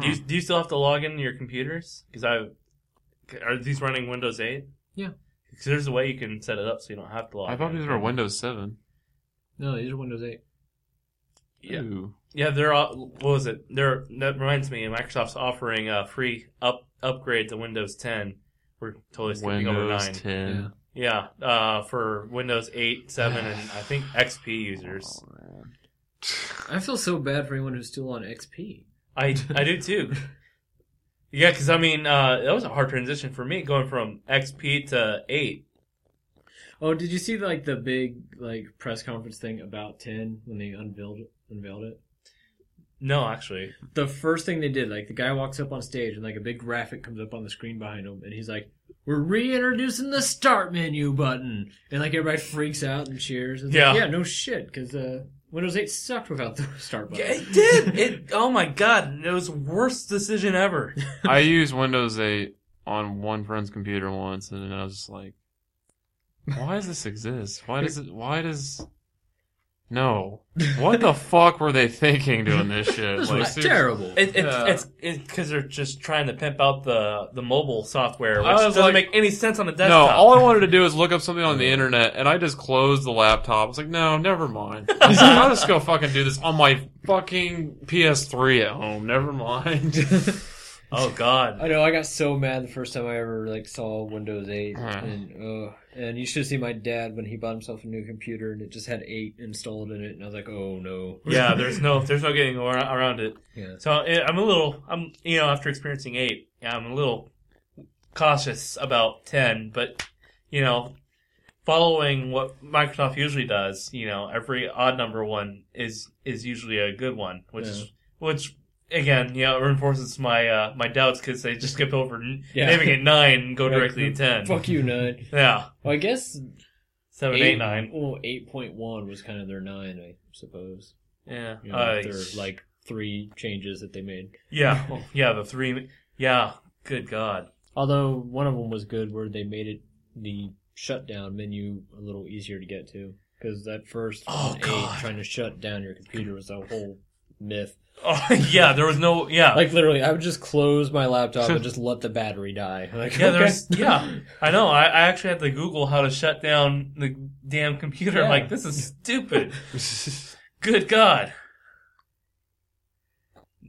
do you do you still have to log into your computers? Because I are these running Windows 8? Yeah. Because there's a way you can set it up so you don't have to log. I thought in. these were Windows Seven. No, these are Windows 8. Yeah. Ooh. Yeah, they're all. What was it? They're that reminds me. Microsoft's offering a free up upgrade to Windows 10. We're totally skipping over Windows nine. Ten. Yeah, uh, for Windows 8, 7, and I think XP users. I feel so bad for anyone who's still on XP. I I do too. Yeah, because I mean uh, that was a hard transition for me going from XP to eight. Oh, did you see like the big like press conference thing about ten when they unveiled it, unveiled it? No, actually, The first thing they did, like the guy walks up on stage and like a big graphic comes up on the screen behind him, and he's like, "We're reintroducing the start menu button," and like everybody freaks out and cheers. It's like, Yeah. yeah, no shit, because uh, Windows 8 sucked without the start button. yeah, it did. It oh my god, it was the worst decision ever. I used Windows 8 on one friend's computer once, and then I was just like, "Why does this exist? Why does it? Why does?" No, what the fuck were they thinking doing this shit? This Like, was seriously. terrible. It, it, Yeah. It's because they're just trying to pimp out the the mobile software, which I was doesn't like- make any sense on a No, desktop. all I wanted to do was look up something on the internet, and I just closed the laptop. I was like, "No, never mind. I was like, I'll just go fucking do this on my fucking PS3 at home. Never mind." oh god, I know I got so mad the first time I ever like saw Windows 8, Mm. and uh, and you should see my dad when he bought himself a new computer and it just had eight installed in it, and I was like, oh no, yeah, there's no there's no getting ar- around it. yeah. So I- I'm a little, I'm you know, after experiencing eight, I'm a little cautious about ten. But you know, following what Microsoft usually does, you know, every odd number one is is usually a good one, which Yeah. is which again, you know, reinforces my uh, my doubts because they just skip over n- Yeah. naming it nine and go Right. directly to ten. Fuck you, nine. Yeah, Well, I guess seven, eight, nine. Well, eight point one was kind of their nine, I suppose. Yeah, You know, Uh, their like three changes that they made. yeah, yeah. The three. Yeah, good God. Although one of them was good, where they made it the shutdown menu a little easier to get to, because at first, Oh, on God. trying to shut down your computer was a whole myth. Oh yeah, there was no yeah. Like literally, I would just close my laptop and just let the battery die. Like, Yeah, okay. there's yeah. I know. I, I actually had to Google how to shut down the damn computer. Yeah. Like this is stupid. Good God.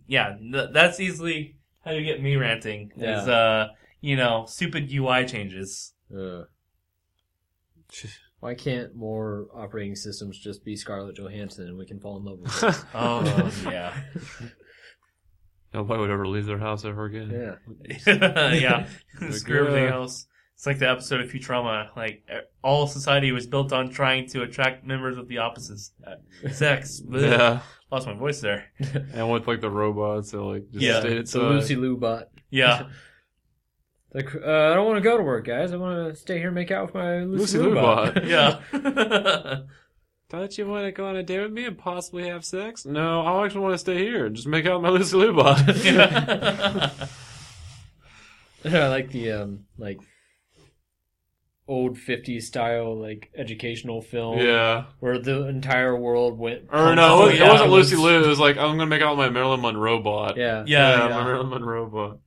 Yeah, th- that's easily how you get me ranting. Is Yeah. uh, you know, stupid UI changes. Ugh. Why can't more operating systems just be Scarlett Johansson and we can fall in love with her? Oh yeah, Nobody would ever leave their house ever again. yeah. yeah. Like, Screw everything yeah. else. It's like the episode of Futurama. Like e- all society was built on trying to attract members of the opposite s- uh, sex. Bleh. Yeah, Lost my voice there. and with like the robots, they like just Yeah, stayed So inside. Lucy Lou bot. Yeah. Like, uh, I don't want to go to work, guys. I want to stay here and make out with my Lucy Lucy, Lou Lubot. bot. Yeah. Don't you want to go on a date with me and possibly have sex? No, I actually want to stay here and just make out with my Lucy Lou bot. I like the um, like old 50s style like educational film yeah. where the entire world went. Or no, it, Oh, was, yeah. it wasn't Lucy Lou. It was like, I'm going to make out with my Marilyn Monroe bot. Yeah, yeah, Yeah, my yeah. Marilyn Monroe bot.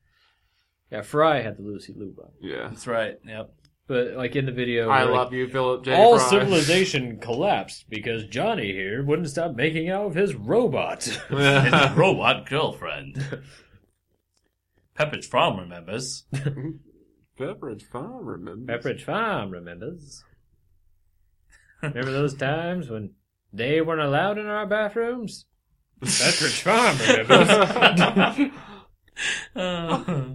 yeah. Fry had the Lucy Lou bot, Yeah. that's right. Yep. but like in the video, I like, love you, Philip J. all Fry. civilization collapsed because Johnny here wouldn't stop making out with his robot. Yeah. robot girlfriend. Pepperidge Farm remembers. Pepperidge Farm, remember? Pepperidge Farm remembers. Remember those times when they weren't allowed in our bathrooms? Pepperidge Farm remembers. Uh,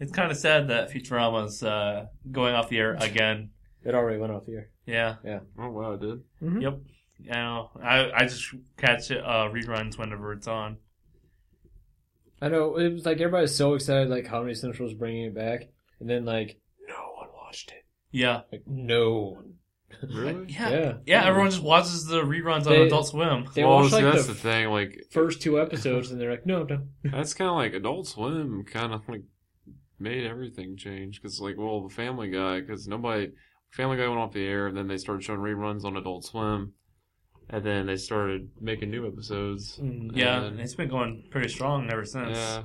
it's kind of sad that Futurama's uh, going off the air again. it already went off the air. Yeah. Oh, wow, it did. Yep. I know. I I just catch it, uh, reruns whenever it's on. I know it was like everybody's so excited, like Comedy Central was bringing it back, and then like no one watched it. Yeah. Like no one. Really? Yeah. Yeah. Yeah. everyone just watches the reruns on They- Adult Swim. They well, watched see, like the that's the thing. Like, first two episodes, and they're like, no, no. That's kind of like Adult Swim, kind of like made everything change because, like, well, the Family Guy, because nobody, Family Guy went off the air, and then they started showing reruns on Adult Swim, and then they started making new episodes. Yeah, and- it's been going pretty strong ever since. yeah.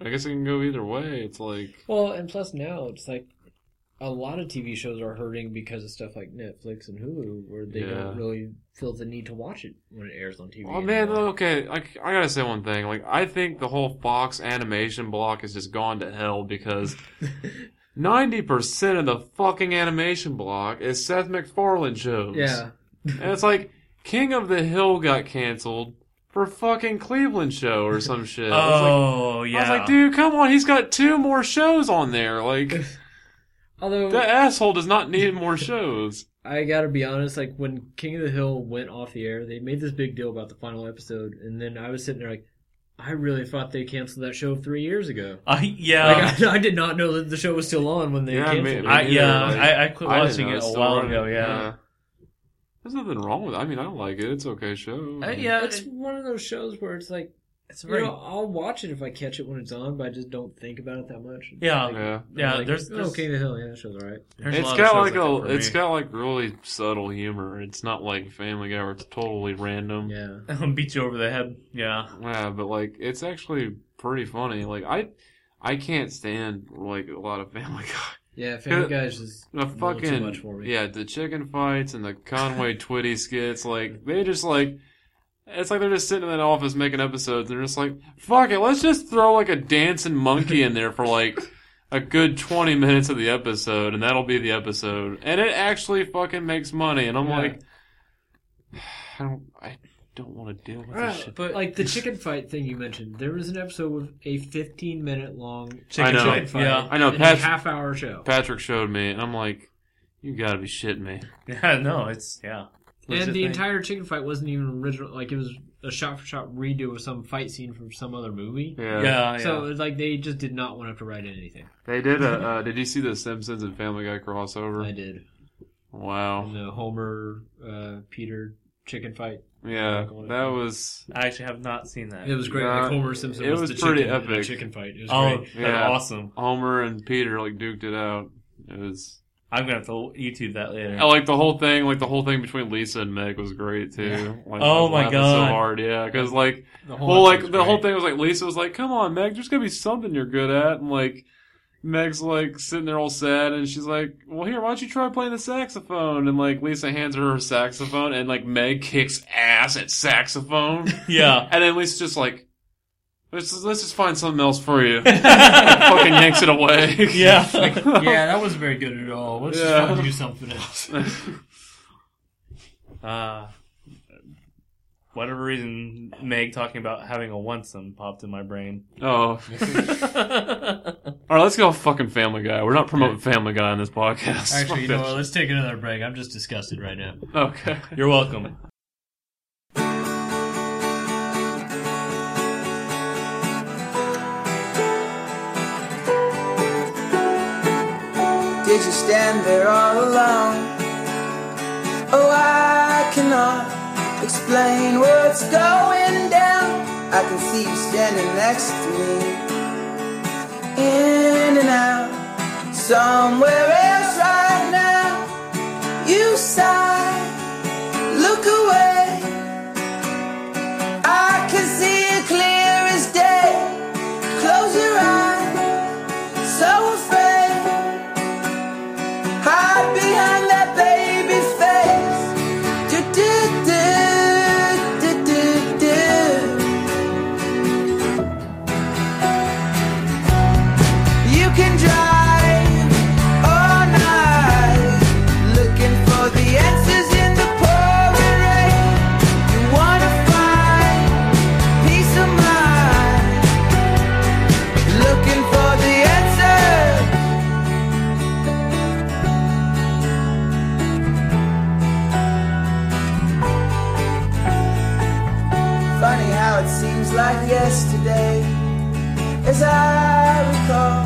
I guess it can go either way. It's like, Well, and plus now it's like a lot of TV shows are hurting because of stuff like Netflix and Hulu, where they Yeah. don't really feel the need to watch it when it airs on TV. oh man, anymore. okay, like I gotta say one thing. Like, I think the whole Fox animation block has just gone to hell because. 90% of the fucking animation block is Seth MacFarlane shows. yeah. And it's like, King of the Hill got canceled for fucking Cleveland show or some shit. I was like- Oh yeah. I was like, dude, come on, he's got two more shows on there. Like, Although that asshole does not need more shows. I gotta be honest, like when King of the Hill went off the air, they made this big deal about the final episode, and then I was sitting there like, I really thought they canceled that show three years ago. I- yeah. Like I, I did not know that the show was still on when they Yeah, canceled me- it. me I, neither, yeah, like, I, I quit I didn't watching know it it's a still while running. ago. Yeah, There's nothing wrong with it. I mean, I don't like it. It's okay show. Uh, yeah, it's it- one of those shows where it's like, it's you very know, I'll watch it if I catch it when it's on, but I just don't think about it that much. yeah, Like, Yeah. I'm yeah. like, there's, oh, there's, King of the Hill, yeah, that show's alright. there's it's lot got of like shows a, that it's for got like really subtle humor. It's not like Family Guy where it's totally random. Yeah, me. beat you over the head. Yeah, Yeah, but like it's actually pretty funny. Like I, I can't stand like a lot of Family Guy. yeah. Family Guy's just The a little too fucking much for me. yeah, the chicken fights and the Conway Twitty skits. Like they just like. It's like they're just sitting in that office making episodes, and they're just like, "Fuck it, let's just throw like a dancing monkey in there for like a good twenty minutes of the episode, and that'll be the episode." And it actually fucking makes money, and I'm Yeah. like, "I don't, I don't want to deal with this shit." but like the chicken fight thing you mentioned, there was an episode with a 15 minute long I know. chicken fight. Yeah, I know, in Pat's- a half hour show. Patrick showed me, and I'm like, "You gotta be shitting me." yeah. No, it's yeah. Legit and the thing. entire chicken fight wasn't even original. Like it was a shot for shot redo of some fight scene from some other movie. Oh, Yeah, yeah, yeah. So it's like they just did not want to have to write anything. they did. A, uh, did you see the Simpsons and Family Guy crossover? I did Wow. the Homer uh, Peter chicken fight. Yeah, that was. I actually have not seen that. It was great. Yeah, like Homer Simpson it was, was the pretty chicken in the epic. chicken fight. It was oh, great. that's Yeah. awesome. Homer and Peter like duked it out. It was. I'm gonna have to YouTube that later. I like the whole thing. Like the whole thing between Lisa and Meg was great too. Like, I Oh was my laughing God. So hard, yeah. Because like, The whole well, like the episode's whole great. thing was like Lisa was like, "Come on, Meg, there's gotta be something you're good at," and like. Meg's like sitting there all sad, and she's like, "Well, here, why don't you try playing the saxophone?" And like Lisa hands her her saxophone, and like Meg kicks ass at saxophone, Yeah. and then Lisa's just like, "Let's let's just find something else for you." and fucking yanks it away. Yeah. yeah, that wasn't very good at all. Let's just Yeah. try to do something else. Uh, whatever reason, Meg talking about having a onesome popped in my brain. oh, Actually, All right, let's go fucking Family Guy. We're not promoting Family Guy on this podcast. Actually, you know what? Let's take another break. I'm just disgusted right now. okay. you're welcome. Did you stand there all alone? Oh, I cannot explain what's going down. I can see you standing next to me. In and out, somewhere else right now. You sigh, look away. I can see it clear as day. Close your eyes, so afraid. Hide behind that baby face. Do, do, do, do, do, do. You can drive all night looking for the answers in the pouring rain. You wanna find peace of mind, looking for the answers. Funny how it seems like yesterday. As I recall,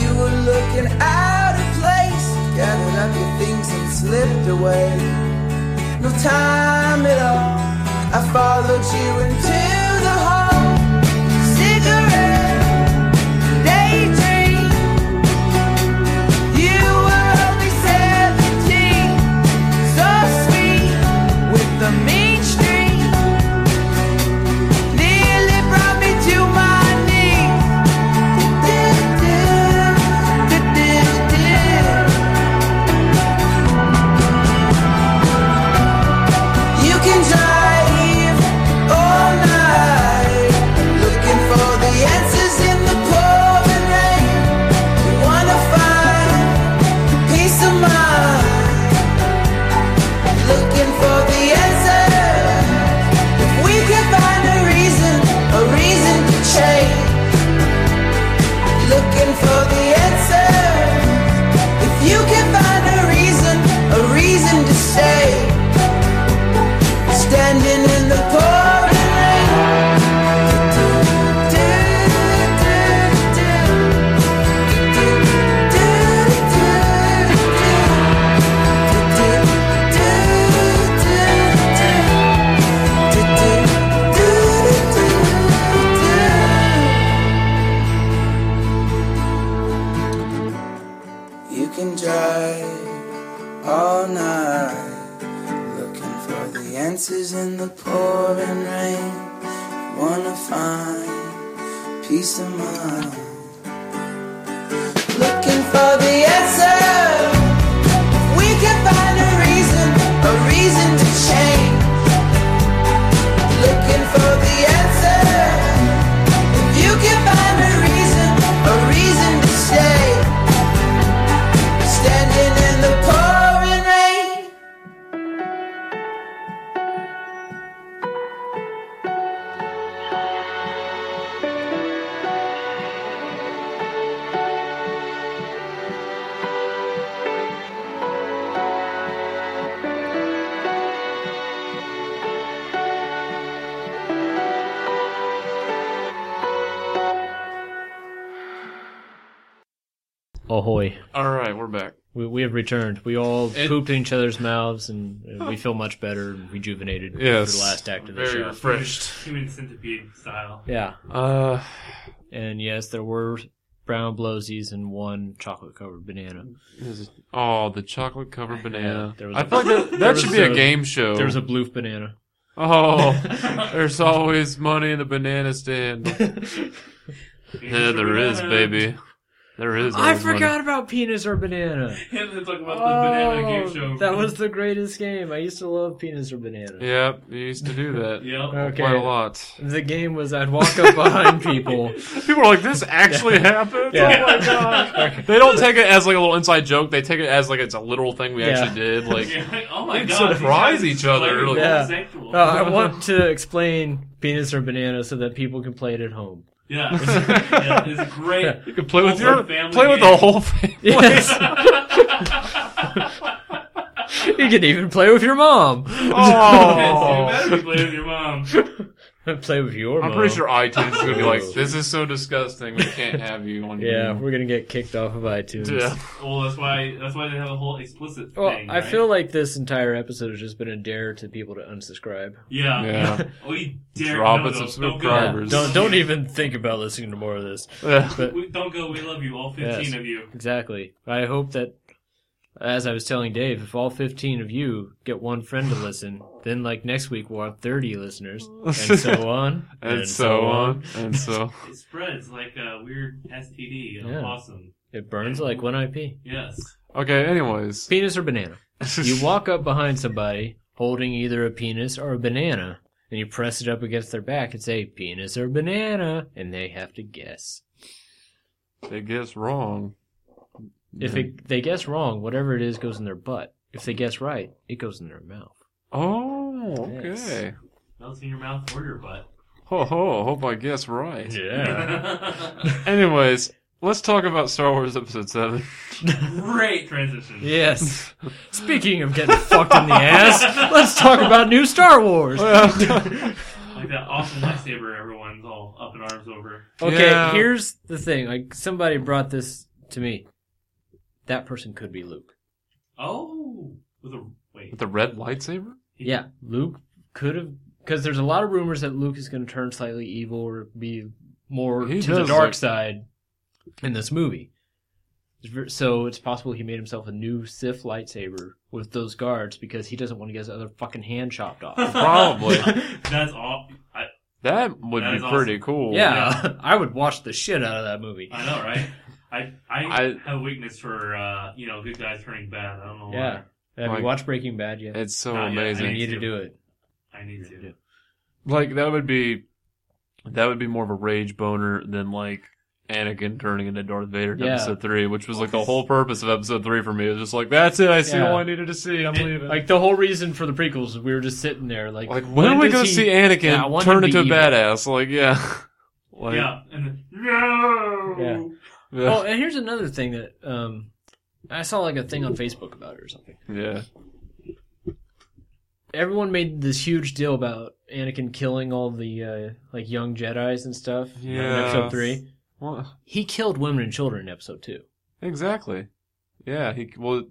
you were looking out of place, gathered up your things and slipped away. No time at all. I followed you into the hall. Cigarette, daydream. You were only 17, so sweet with the mean streak. Nearly brought me to my knees. You can drive all night. and dry all night, looking for the answers in the pouring rain. Wanna find peace of mind. Looking for the answer. We can find a reason, a reason to change. Looking for the answer. If you can find a reason, a reason to stay. Standing in the pouring rain. Ahoy. All right, we're back. We, we have returned. We all It- pooped in each other's mouths, and uh, we feel much better and rejuvenated Yes. after the last act of the Very show. refreshed. Human centipede style. Yeah. Uh, And yes, there were brown blowsies and one chocolate covered banana. is- oh, the chocolate covered banana. there was I a- feel like that, that there should was be a, a- game show. There was a bloof banana. oh, there's always money in the banana stand. yeah, there is, baby. There is. I always money. forgot about penis or banana. And they talk about the banana game show. Oh, that was the greatest game. I used to love penis or banana. Yep, you used to do that Yep. Okay. quite a lot. The game was I'd walk up behind people. People are like, "This actually happened." Yeah. Oh my god! They don't take it as like a little inside joke. They take it as like it's a literal thing we Yeah. actually did. Like, Yeah, like, oh my They'd god. these surprise guys each other, are like- Yeah. sexual. Uh, I want to explain penis or banana so that people can play it at home. Yeah. yeah. It's great. you can play with Whole your family play with game. the whole family. Oh. Yes. you can even play with your mom. You Oh, better be playing with your mom. play with your I'm mom. pretty sure iTunes is gonna be like, "This is so disgusting. We can't have you on." Yeah, we're gonna get kicked off of iTunes. Yeah. Well, that's why that's why they have a whole explicit thing. Well, I right? feel like this entire episode has just been a dare to people to unsubscribe. Yeah. Yeah. we dare Drop no, it, no, subscribe. Don't go. Subscribers. Don't don't even think about listening to more of this. Yeah. We, don't go. We love you, all fifteen Yes. of you. Exactly. I hope that, as I was telling Dave, if all 15 of you get one friend to listen, then like next week we'll have 30 listeners, and so on, and so on, and so It spreads like a weird STD. Yeah. Awesome. It burns like one IP. Yes. okay. Anyways, Penis or banana? You walk up behind somebody holding either a penis or a banana, and you press it up against their back and say, penis or banana, and they have to guess. it gets wrong. If it, they guess wrong, whatever it is goes in their butt. If they guess right, it goes in their mouth. Oh, okay. Yes. Melts in your mouth or your butt. Ho ho! Hope I guess right. Yeah. Anyways, let's talk about Star Wars Episode Seven. Great transition. Yes. Speaking of getting fucked in the ass, let's talk about new Star Wars. Like that awesome lightsaber everyone's all up in arms over. Okay, Yeah. here's the thing. Like somebody brought this to me. That person could be Luke. Oh, with a wait. the red lightsaber. Yeah, Luke could have because there's a lot of rumors that Luke is going to turn slightly evil or be more He to the does dark look- side in this movie. It's ver- So it's possible he made himself a new Sith lightsaber with those guards because he doesn't want to get his other fucking hand chopped off. Probably. That's all. I, that would That be is awesome. pretty cool. yeah, I would watch the shit out of that movie. Oh I know, right? I I, I- have a weakness for uh, you know good guys turning bad. I don't know Yeah. Have Like- you watched Breaking Bad yet? It's so Not yet. you amazing. need to. to do it. why. I need to. Like that would be, that would be more of a rage boner than like Anakin turning into Darth Vader in Yeah. Episode Three, which was like the whole purpose of Episode Three for me. It was just like that's it. I see Yeah. all I needed to see. I'm leaving. Like, Like the whole reason for the prequels, is we were just sitting there, like, when, are we does gonna he- see Anakin Yeah, I want him turn to into a be evil. badass? Like yeah. Like, Yeah, and then, no. Yeah. Oh, and here's another thing that um, I saw like a thing on Facebook about it or something. yeah. Everyone made this huge deal about Anakin killing all the uh, like young Jedi's and stuff. In Yeah. episode three, Well, he killed women and children in episode two. Exactly. Yeah, he well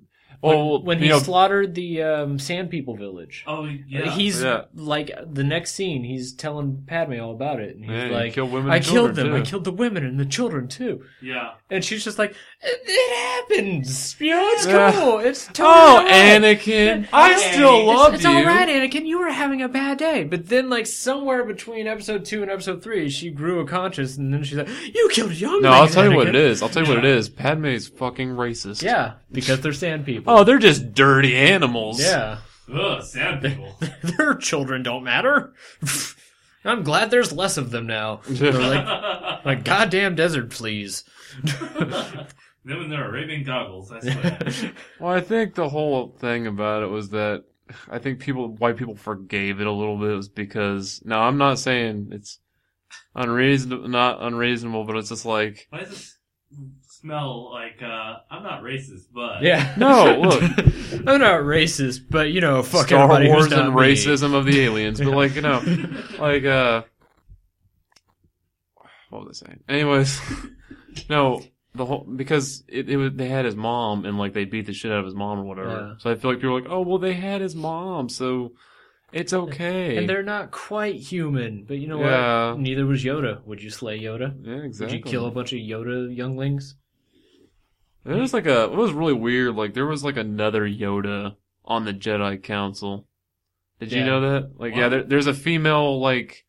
Well, when you he know, slaughtered the um, Sand People village. Oh yeah. He's Yeah. like the next scene. He's telling Padme all about it, and he's Yeah, he like, killed women "I and killed children, them. I too." killed the women and the children too." yeah. And she's just like, "It, it happens. You know, it's Yeah. cool. It's totally all oh, right. Anakin, I still It's- love it's you. all right, Anakin. You were having a bad day, but then, like somewhere between episode two and episode three, she grew a conscience, and then she's like, "You killed young." No, man, I'll tell you what it Anakin." is. I'll tell you what it is. Padme is fucking racist. Yeah, because they're sand people. Oh, they're just dirty animals. yeah. Ugh, sad people. their children don't matter. I'm glad there's less of them now. They're like, like goddamn desert, please. Them in their Arabian goggles. I swear. Well, I think the whole thing about it was that I think people, white people, forgave it a little bit. was because now I'm not saying it's unreasonable, not unreasonable, but it's just like Why does this smell like? uh I'm not racist, but Yeah. no, look, I'm not racist, but you know, fuck Star everybody Wars who's not and me. racism of the aliens, but like you know, like uh, what was I saying? Anyways, no, the whole because it, it was they had his mom and like they beat the shit out of his mom or whatever. Yeah. So I feel like people were like, oh well, they had his mom, so it's okay. And they're not quite human, but you know Yeah. what? Neither was Yoda. Would you slay Yoda? yeah, Would exactly. you kill a bunch of Yoda younglings? There was like a it was really weird. Like there was like another Yoda on the Jedi Council. Did you Yeah. know that? Like yeah, there, there's a female like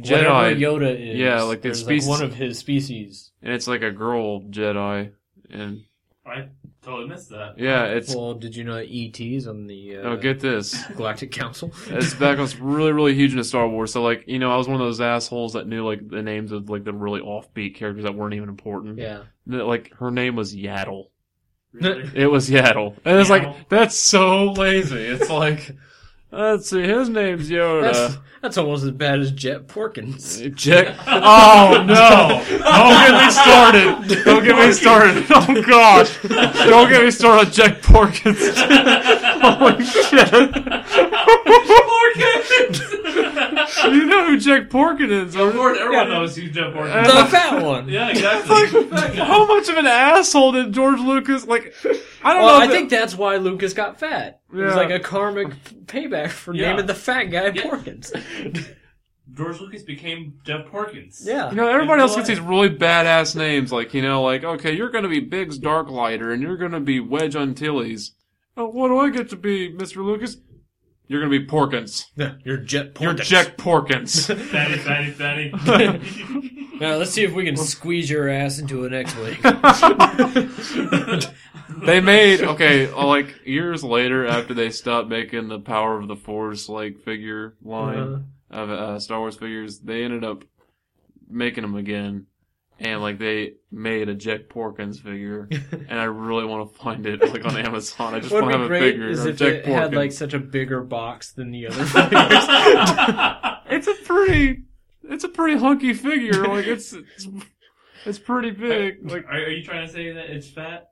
Jedi, Whatever Yoda is. Yeah, like the there's species- one of his species. and it's like a girl Jedi, and I totally missed that. yeah, it's Well, did you know that ET's on the uh, oh get this. Galactic Council? It's back. I was really, really huge into Star Wars. So, like, you know, I was one of those assholes that knew like the names of like the really offbeat characters that weren't even important. yeah. That, Like, her name was Yaddle. Really? It was Yaddle, and it's Yaddle. like that's so lazy. It's like, let's see, his name's Yoda. That's, that's almost as bad as Jet Porkins. Jack. Oh no! Don't get me started. Don't get me started. Oh gosh! Don't get me started on Jack Porkins. Holy shit! Porkins. you know who Jack Porkins is? Of course, everyone knows who's Jeff Gordon. Uh, The fat one. yeah, exactly. How much of an asshole did George Lucas like? I don't Well, know. I if it- think that's why Lucas got fat. It was Yeah. like a karmic payback for Yeah. naming the fat guy Yeah. Porkins. George Lucas became Jeff Porkins. Yeah. You know, everybody else Why? gets these really badass names, like you know, like okay, you're gonna be Biggs Darklighter, and you're gonna be Wedge Untillies. Oh, what do I get to be, Mister Lucas? You're gonna be Porkins. You're Jet Porkins. You're Jack Porkins. Fatty, fatty, fatty. Now, let's see if we can squeeze your ass into an X-Wing. they made okay, like years later after they stopped making the Power of the Force like figure line Uh-huh. of uh, Star Wars figures, they ended up making them again. And like they made a Jack Porkins figure, and I really want to find it like on Amazon. I just What want would to be have a great figure is of if Jack it Porkins. had like such a bigger box than the other figures. it's a pretty it's a pretty hunky figure like it's it's, it's pretty big like Are, are you trying to say that it's fat?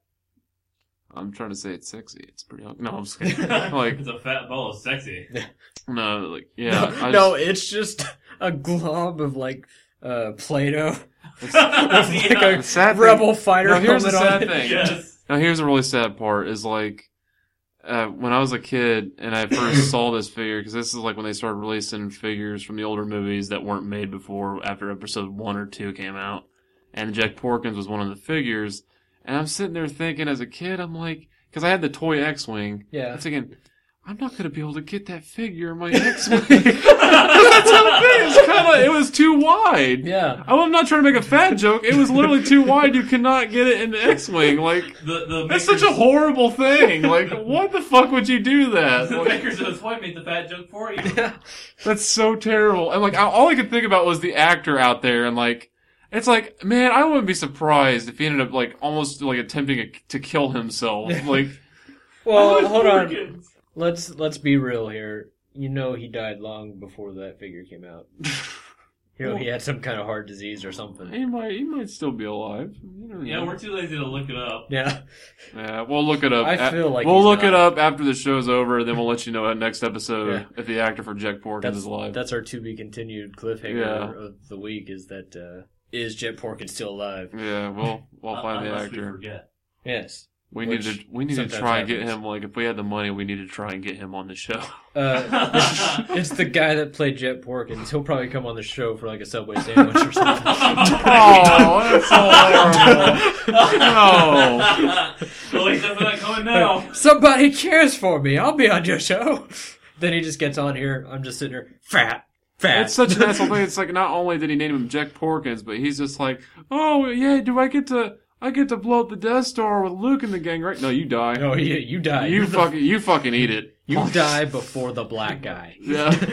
i'm trying to say it's sexy it's pretty hunky no i'm just kidding like it's a fat ball of sexy. no like yeah I no, just- it's just a glob of like uh, Play-Doh. Yeah. Like a the sad thing- rebel fighter no, here's the helmet on sad it. thing yes. now here's the really sad part is like uh, when I was a kid and I first saw this figure, because this is like when they started releasing figures from the older movies that weren't made before after episode one or two came out, and Jack Porkins was one of the figures, and I'm sitting there thinking as a kid, I'm like, because I had the toy X-wing, Yeah. I'm thinking. I'm not gonna be able to get that figure in my X-wing. 'Cause that's how big. It's kind of. It was too wide. Yeah. Oh, I'm not trying to make a fat joke. It was literally too wide. You cannot get it in the X-wing. Like The, the that's makers- such a horrible thing. Like, what the fuck would you do that? The Like, makers of the toy made the fat joke for you. that's so terrible. And like, I- all I could think about was the actor out there, and like, it's like, man, I wouldn't be surprised if he ended up like almost like attempting a, to kill himself. Like, Well, hold on. Porkins. Let's let's be real here. You know he died long before that figure came out. You know he had some kind of heart disease or something. he might, he might still be alive. You don't Yeah, know. we're too lazy to look it up. Yeah. Yeah, we'll look it up. I feel like we'll he's look not. it up after the show's over. Then we'll let you know at next episode Yeah. if the actor for Jack Porkins That's is alive. that's our to be continued cliffhanger Yeah. of the week is that uh is Jet Porkins still alive? Uh, Yeah, we'll we'll find the Unless we actor. forget. Yes. We Which need to we need to sometimes try and get happens. him like if we had the money we need to try and get him on the show. Uh, Oh, it's the guy that played Jet Porkins. He'll probably come on the show for like a Subway sandwich or something. Oh, that's horrible. no. Well, he's definitely not coming now. Somebody cares for me. I'll be on your show. Then he just gets on here. I'm just sitting here, fat, fat. It's such an asshole thing. It's like not only did he name him Jack Porkins, but he's just like, Oh yeah, do I get to I get to blow up the Death Star with Luke and the gang, right? No, you die. no, Oh, you, you die. you You're the- fucking you fucking eat it. you die before the black guy. Yeah. Oh.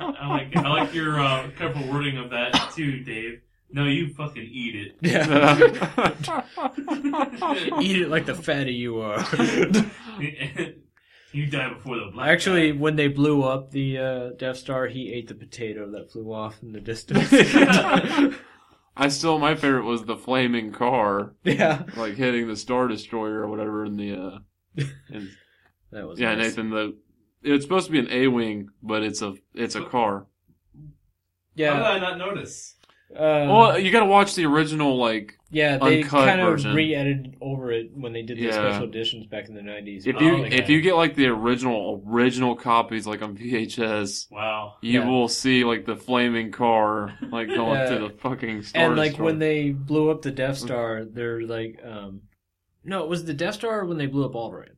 I like I like your uh, careful wording of that too, Dave. No, you fucking eat it. Yeah, you eat it like the fatty you are. die before the black. Actually, when they blew up the uh, Death Star, he ate the potato that flew off in the distance. I still my favorite was the flaming car, yeah, like hitting the Star Destroyer or whatever in the uh in, that was Yeah, nice. Nathan. The it's supposed to be an A wing, but it's a it's a car. guy. How Yeah, did I not notice? uh, well, you got to watch the original. Like yeah, they uncut kind of version. re-edited over it when they did the Yeah. special editions back in the '90s. if you Oh, okay. if you get like the original original copies, like on VHS, Wow. you Yeah. will see like the flaming car like going Yeah. to the fucking star. Mm-hmm. and like Destroyer. when they blew up the Death Star, they're like, um, no, it was the Death Star when they blew up Alderaan.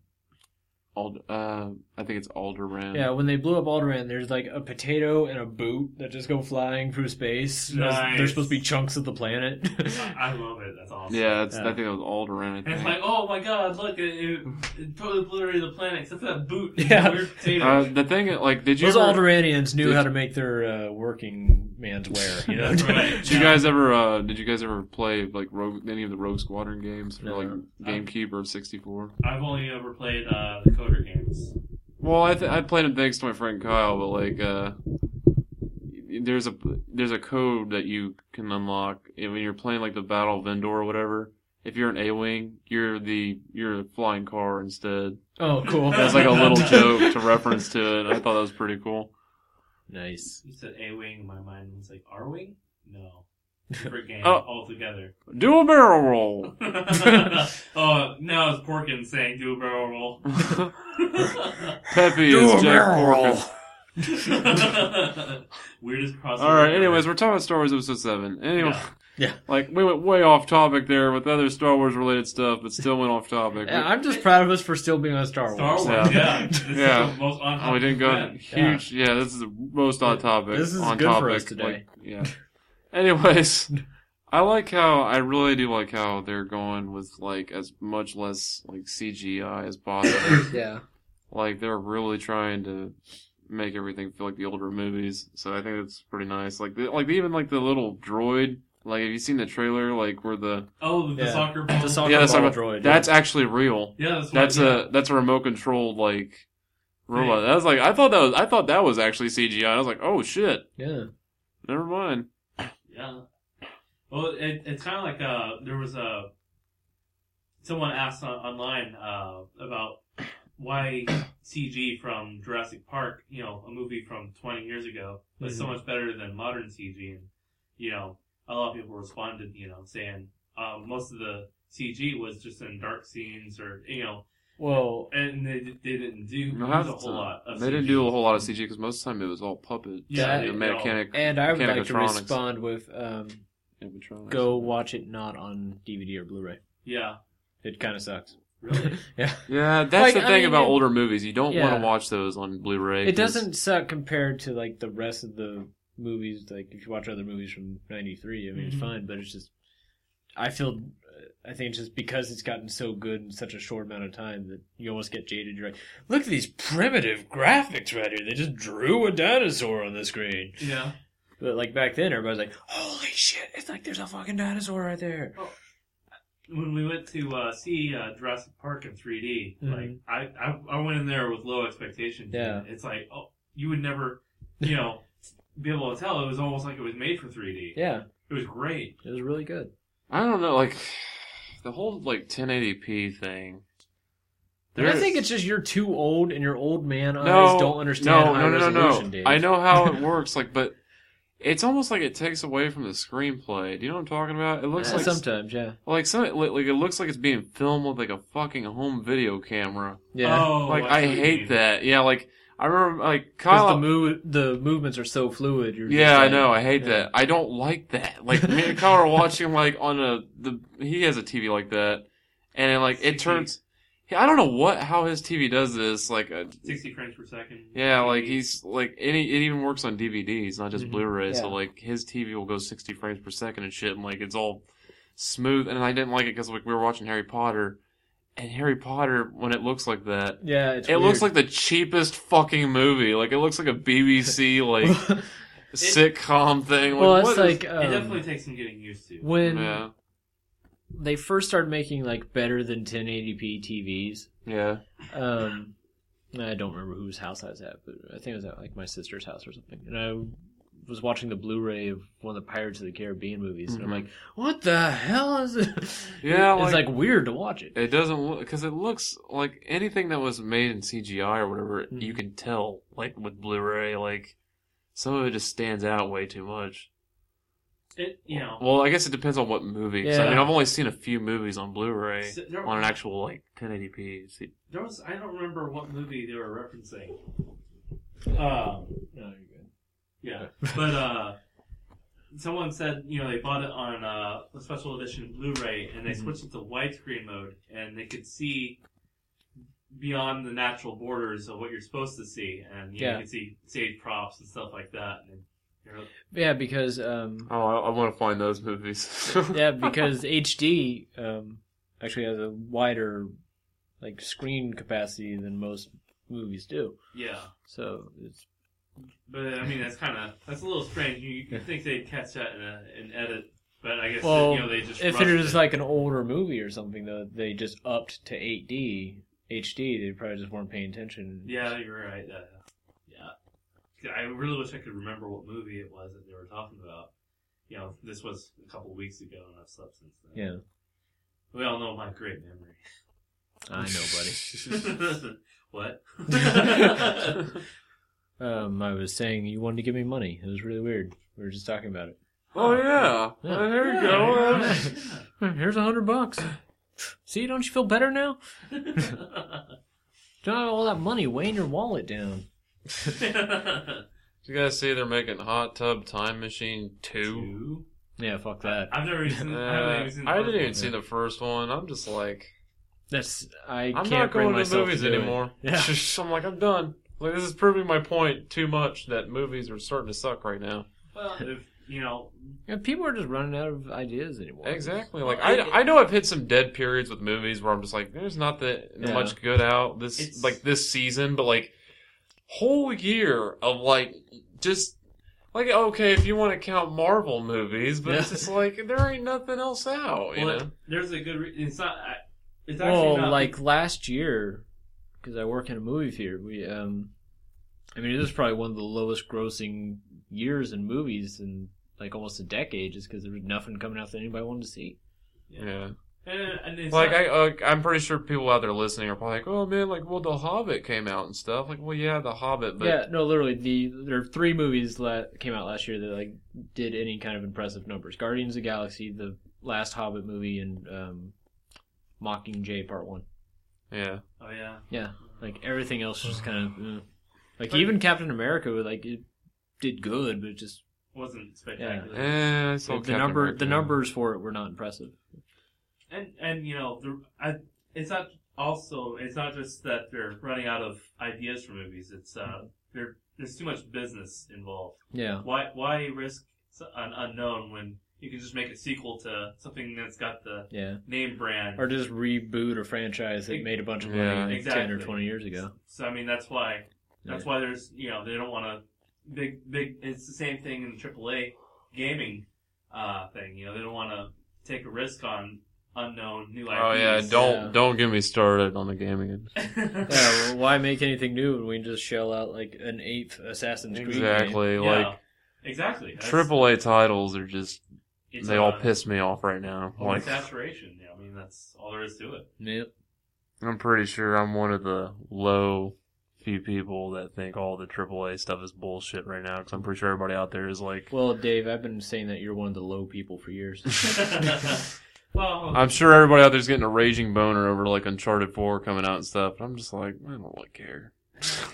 Ald- uh, I think it's Alderaan. Yeah, when they blew up Alderaan, there's like a potato and a boot that just go flying through space. Nice. They're supposed to be chunks of the planet. I love it. That's awesome. yeah, it's, Yeah. I think it was And Alderaan. I it's think. like, oh my god, look, it, it, it totally obliterated the planet except for that boot. Yeah. Weird potato. Uh, the thing, like, did you Those ever, Alderanians knew Did- how to make their uh, working man's wear. You know? That's right. did you guys ever uh, did you guys ever play like Rogue, any of the Rogue Squadron games for No. like GameCube or sixty four? I've only ever played uh, the coder games. Well, I th- I played them thanks to my friend Kyle, but like uh, there's a there's a code that you can unlock and when you're playing like the Battle of Endor or whatever. If you're an A wing, you're the you're a flying car instead. oh, cool. That's like a little joke to reference to it. I thought that was pretty cool. nice. You said A wing, my mind was like R wing. No, different game Oh. altogether. Do a barrel roll. oh, now it's Porkins saying do a barrel roll. Peppy is Jack Porkins. Weirdest crossover. All right. ever. Anyways, we're talking about Star Wars Episode Seven. Anyway, Yeah. Yeah. Like we went way off topic there with other Star Wars related stuff, but still went off topic. Yeah, I'm just proud of us for still being on Star Wars. Star Wars. Yeah. Yeah, This is Yeah. the most on- Oh, we didn't go Yeah. huge. Yeah. this is the most on topic. This is on good topic. for us today. Like, yeah. Anyways, I like how I really do like how they're going with like as much less like CGI as possible. Yeah. like they're really trying to make everything feel like the older movies. So I think that's pretty nice. Like the, like even like the little droid. Like have you seen the trailer? Like where the Oh, the Yeah. soccer ball. The soccer yeah, that's, ball not- droid. that's actually real. Yeah, that's, what- That's yeah. a that's a remote controlled like robot. That was like I thought that was I thought that was actually CGI. I was like, oh shit, yeah. never mind. Yeah. Well, it, it's kind of like uh, there was a someone asked on, online uh, about why CG from Jurassic Park, you know, a movie from 20 years ago, was so Mhm. much better than modern CG, and you know, a lot of people responded, you know, saying uh, most of the CG was just in dark scenes or you know, Well, and they, they didn't do No, use a that's, whole uh, lot. Of They CG. didn't do a whole lot of CG because most of the time it was all puppet. Yeah, and they- mechanic. and I would like to Mechanicatronics. respond with um, animatronics. go watch it not on DVD or Blu ray. Yeah, It kind of sucks. really. Yeah. Yeah, that's Like, the I thing mean, about it- older movies. You don't Yeah. want to watch those on Blu-ray. It 'cause- doesn't suck compared to like the rest of the movies. Like if you watch other movies from '93, I mean it's Mhm. fine, but it's just I feel I think it's just because it's gotten so good in such a short amount of time that you almost get jaded. You're like, look at these primitive graphics right here. They just drew a dinosaur on the screen. Yeah. But like back then, everybody's like, holy shit! It's like there's a fucking dinosaur right there. when we went to uh, see uh, Jurassic Park in 3D, like Mhm. I, I I went in there with low expectations. Yeah. it's like oh, you would never, you know, be able to tell. It was almost like it was made for 3D. Yeah, It was great. it was really good. I don't know, like the whole like 1080p thing. And I There's- think it's just you're too old and your old man eyes no, don't understand no, high no, no, no, resolution, no. Dave. I know how it works, like, but It's almost like it takes away from the screenplay. Do you know what I'm talking about? It looks like sometimes, yeah, like some like like, it looks like it's being filmed with like a fucking home video camera. yeah. Oh, like I I, see what you hate mean. that. Yeah, like I remember like Kyle. Because the move, the movements are so fluid. You're just Yeah, I like- know. I hate Yeah. that. I don't like that. Like me and Kyle are watching like on a the he has a TV like that, and then, like it CT. turns. I don't know what how his TV does this. Like, uh, Sixty frames per second. yeah, like he's like any it even works on DVDs, not just Mhm. Blu-ray. So Mm-hmm. Yeah. like his TV will go sixty frames per second and shit, and like it's all smooth. And I didn't like it because like we were watching Harry Potter, and Harry Potter when it looks like that. Yeah, it's It looks weird. like the cheapest fucking movie. Like it looks like a BBC like sitcom thing. Like, well, it's what is- like It um, definitely takes some getting used to. when yeah, they first started making like better than 1080p TVs. yeah. um I don't remember whose house I was at, but I think it was at like my sister's house or something. And I was watching the Blu-ray of one of the Pirates of the Caribbean movies, and I'm Mhm. like, "What the hell is it?" Yeah, it's like- like, weird to watch it. It doesn't look because it looks like anything that was made in CGI or whatever. You can tell, like with Blu-ray, like some of it just stands out way too much. It, you know, Well, I guess it depends on what movie. 'cause, I mean, Yeah. I've only seen a few movies on Blu-ray So there- on an actual like 1080p. See, there was, I don't remember what movie they were referencing. Um, No, you're good. yeah, but uh, someone said you know they bought it on uh, a special edition Blu-ray and they Mm-hmm. switched it to widescreen mode and they could see beyond the natural borders of what you're supposed to see and you, know, Yeah. you can see stage props and stuff like that. And, you know, Yeah, because um, oh, I, I want to find those movies. yeah, because HD um actually has a wider like screen capacity than most movies do. yeah. So it's But I mean, that's kind of that's a little strange. You you think they'd catch that in, a, an edit, but I guess well, you know they just if it rushed was like an older movie or something, though, they just upped to 8D HD. They probably just weren't paying attention. yeah, you're right. Uh, yeah, I really wish I could remember what movie it was that they were talking about. You know, this was a couple weeks ago, and I've slept since then. Yeah. We all know my great memory. I know, buddy. what? Um, I was saying you wanted to give me money. It was really weird. We were just talking about it. oh yeah, Yeah. Oh, Yeah, there you go. yeah. Hmm, Here's a hundred bucks. See, don't you feel better now? Don't have all that money weighing your wallet down. You guys see they're making Hot Tub Time Machine two. Two. Yeah, fuck that. I've never even. seen- I haven't Uh, even seen the I first didn't even one. see the first one. I'm just like. That's I I'm can't not bring going to myself movies to do it. anymore. Yeah. I'm like, I'm done. Like this is proving my point too much that movies are starting to suck right now. Well, if, you know, Yeah, people are just running out of ideas anymore. Exactly. Like I, I know I've hit some dead periods with movies where I'm just like, there's not that Yeah. much good out this It's- like this season, but like whole year of like just like okay, if you want to count Marvel movies, but it's Yeah. just like there ain't nothing else out. You well, know? there's a good. Re- it's not. I- It's actually Well, not like last year, because I work in a movie theater, we, um, I mean, it is probably one of the lowest grossing years in movies in like almost a decade, just because there was nothing coming out that anybody wanted to see. yeah. And, and it's Like not- I, uh, I'm pretty sure people out there listening are probably like, "Oh man, like well, The Hobbit came out and stuff." Like, well, yeah, The Hobbit, but yeah, no, literally, the there are three movies that came out last year that like did any kind of impressive numbers: Guardians of the Galaxy, the last Hobbit movie, and um, Mockingjay Part One. yeah, oh yeah. Yeah, like everything else was just kind of eh. like even Captain America, like it did good, but it just Wasn't spectacular. eh, it's So all the Captain number, America. the numbers for it were not impressive. And and you know, the, I, it's not also. It's not just that they're running out of ideas for movies. It's uh, there. There's too much business involved. Yeah, Why why risk s- an unknown when you can just make a sequel to something that's got the yeah, name brand? or just reboot a franchise that made a bunch of money Yeah. like ten or Exactly. twenty years ago. So I mean, that's why. That's Yeah. why there's you know they don't want to big big. It's the same thing in the AAA gaming uh, thing. You know they don't want to take a risk on unknown new IPs. Oh yeah, don't Yeah. don't get me started on the gaming. again. Yeah, well, why make anything new when we can just shell out like an eighth Assassin's Creed? game? Exactly, Yeah, like exactly. That's- triple A titles are just it's they a- all piss me off right now. it's Like saturation. Yeah, I mean that's all there is to it. Yep. I'm pretty sure I'm one of the low few people that think all the AAA stuff is bullshit right now because I'm pretty sure everybody out there is like, Well, Dave, I've been saying that you're one of the low people for years. well, I'm sure everybody out there's getting a raging boner over like Uncharted 4 coming out and stuff. But I'm just like, I don't really care.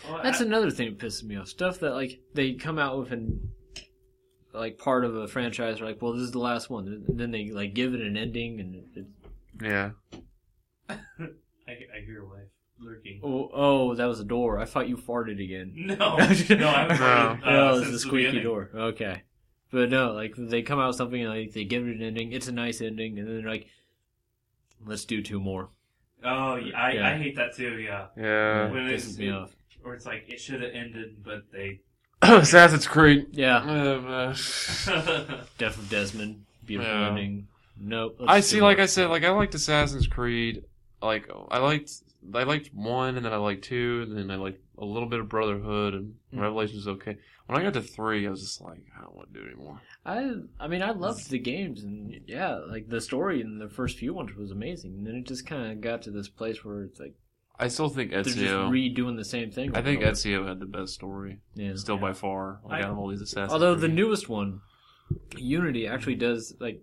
well, That's I- another thing that pisses me off. Stuff that like they come out with and like part of a franchise, are like, well, this is the last one. And then they like give it an ending, and it, Yeah. I, I hear a wife lurking. oh, oh, that was a door. I thought you farted again. No, no, I haven't heard it, uh, oh, it's since the beginning. squeaky door. Okay, but no, like they come out with something and like they give it an ending. It's a nice ending, and then they're like, let's do two more. Oh, yeah, I, Yeah. I hate that too. Yeah, Yeah. When It it's- pisses me off. or it's like it should have ended, but they. Assassin's Creed. Yeah, Um, uh, Death of Desmond, beautiful Yeah. ending. Nope. let's I do see. one. Like I said, like I liked Assassin's Creed. Like I liked, I liked one, and then I liked two, and then I liked a little bit of Brotherhood, and Hmm. Revelations was okay. When I got to three, I was just like, I don't want to do it anymore. I I mean I loved the games and yeah like the story in the first few ones was amazing and then it just kind of got to this place where it's like I still think they're just Ezio. redoing the same thing. I think over and Ezio had the best story, over. Yeah. still by far. Like, I- out of all these Assassin's. Although the Creed. newest one, Unity actually does like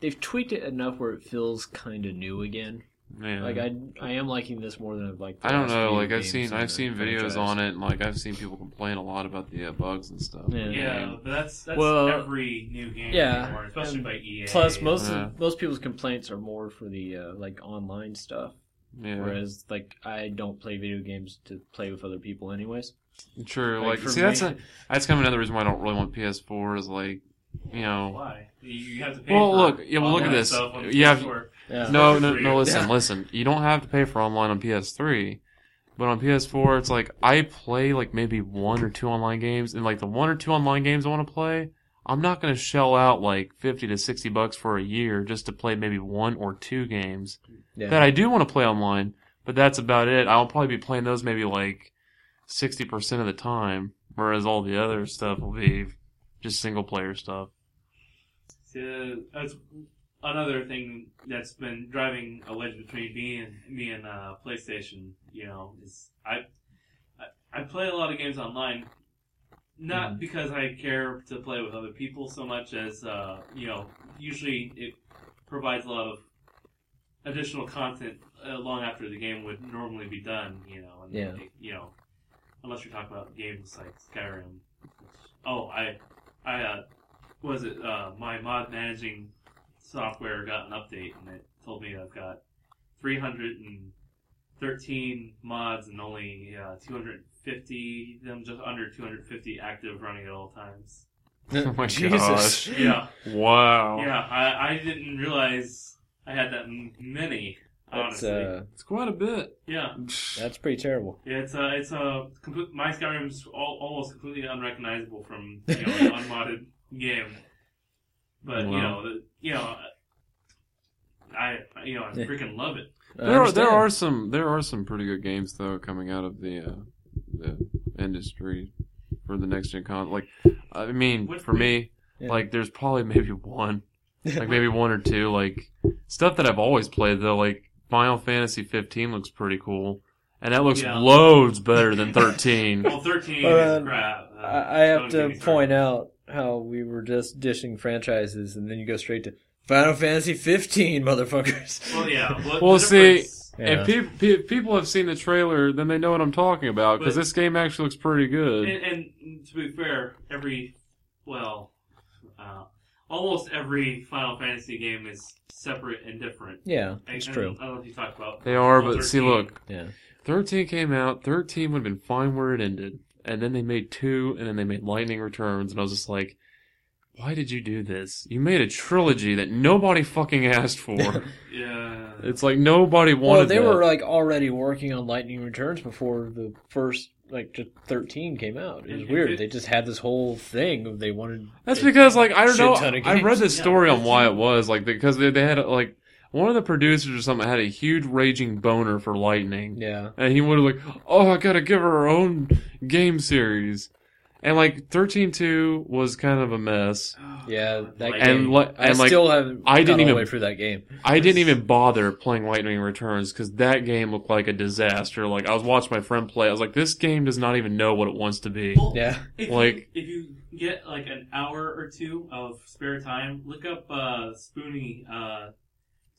they've tweaked it enough where it feels kind of new again. yeah. Like I I am liking this more than I've liked. the I don't last know. few Like I've games seen, in I've the seen videos franchise. on it, and like I've seen people complain a lot about the uh, bugs and stuff. Yeah. yeah, Mm. but that's that's Well, every new game, yeah. anymore, especially by E EA. Plus, most Yeah. of, most people's complaints are more for the uh, like online stuff. Yeah. Whereas, like, I don't play video games to play with other people, anyways. True. Like, Like, for see, that's me- a, that's kind of another reason why I don't really want PS4 is like, you know, why you, you have to pay. Well, for look, yeah, well, look at online this. stuff on the You have- store. Yeah. no, Especially no, for no. you. Listen, listen. You don't have to pay for online on PS3, but on PS4, it's like I play like maybe one or two online games, and like the one or two online games I want to play, I'm not gonna shell out like fifty to sixty bucks for a year just to play maybe one or two games Yeah. that I do want to play online. But that's about it. I'll probably be playing those maybe like sixty percent of the time, whereas all the other stuff will be just single player stuff. So, that's another thing that's been driving a wedge between me and me and uh, PlayStation. You know, is I, I I play a lot of games online, not because I care to play with other people so much as uh, you know. Usually, it provides a lot of additional content uh, long after the game would normally be done. You know, and Yeah. it- you know, unless you're talking about games like Skyrim. Oh, I, I uh, was it uh, my mod managing software got an update and it told me I've got 313 mods and only uh, 250 them just under 250 active running at all times. Oh my Jesus. gosh! Yeah, Wow. yeah. I, I didn't realize I had that m- many. That's, Honestly, uh, It's quite a bit. yeah. that's pretty terrible. Yeah, It's uh, it's uh, complete, my Skyrim's all, almost completely unrecognizable from you know, an unmodded game. But you know, Wow. the, you know, I I- you know I Yeah. freaking love it. There I are, there understand. are some there are some pretty good games though coming out of the uh, the industry for the next gen con. Like, I mean, What- for me, Yeah. like there's probably maybe one, like maybe one or two, like stuff that I've always played though. Like Final Fantasy 15 looks pretty cool, and that looks Yeah. loads better than 13. Well, thirteen Well, is crap. Uh, I I have to point out. out how we were just dishing franchises, and then you go straight to Final Fantasy 15, motherfuckers. Well, yeah. What, Well, the see, difference- Yeah. If peop pe- people have seen the trailer, then they know what I'm talking about because But- this game actually looks pretty good. And, and to be fair, every well, uh, almost every Final Fantasy game is separate and different. yeah, I- it's I, true. I don't know if you talk about they are, Final but see, 13. look, Yeah, 13 came out. 13 would have been fine where it ended. And then they made two, and then they made Lightning Returns. And I was just like, why did you do this? You made a trilogy that nobody fucking asked for. Yeah. it's like nobody wanted well, they were that. like already working on Lightning Returns before the first like just 13 came out. It was Mhm. weird. They just had this whole thing of they wanted. That's because, like, I don't Shit know. ton of I read games. this story on why it was. Like, because they, they had, like, one of the producers or something had a huge raging boner for Lightning. yeah. And he would have like, oh, I gotta give her her own game series. And like 13-2 was kind of a mess. Yeah, that And game. And like I and like still haven't. I didn't got all the even- way through that game. I didn't even bother playing Lightning Returns because that game looked like a disaster. Like I was watching my friend play, I was like, this game does not even know what it wants to be. Well, Yeah, If Like- you, if you get like an hour or two of spare time, look up uh, Spoony uh,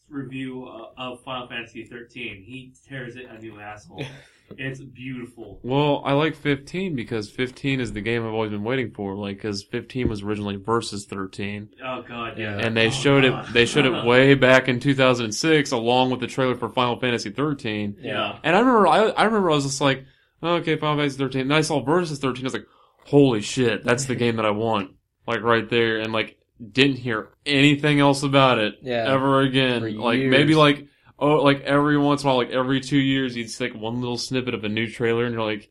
review uh, of Final Fantasy thirteen. He tears it a new asshole. it's beautiful. Well, I like 15 because 15 is the game I've always been waiting for. Like because 15 was originally versus 13, Oh god, yeah. and they Oh, showed God. it. They showed it way back in 2006, along with the trailer for Final Fantasy 13. Yeah. And I remember, I, I remember, I was just like, okay, Final Fantasy 13. And I saw Versus 13. I was like, holy shit, that's the game that I want, like right there. And like, didn't hear anything else about it Yeah. ever again. For like years. maybe like oh, like every once in a while, like every two years, you'd stick one little snippet of a new trailer, and you're like,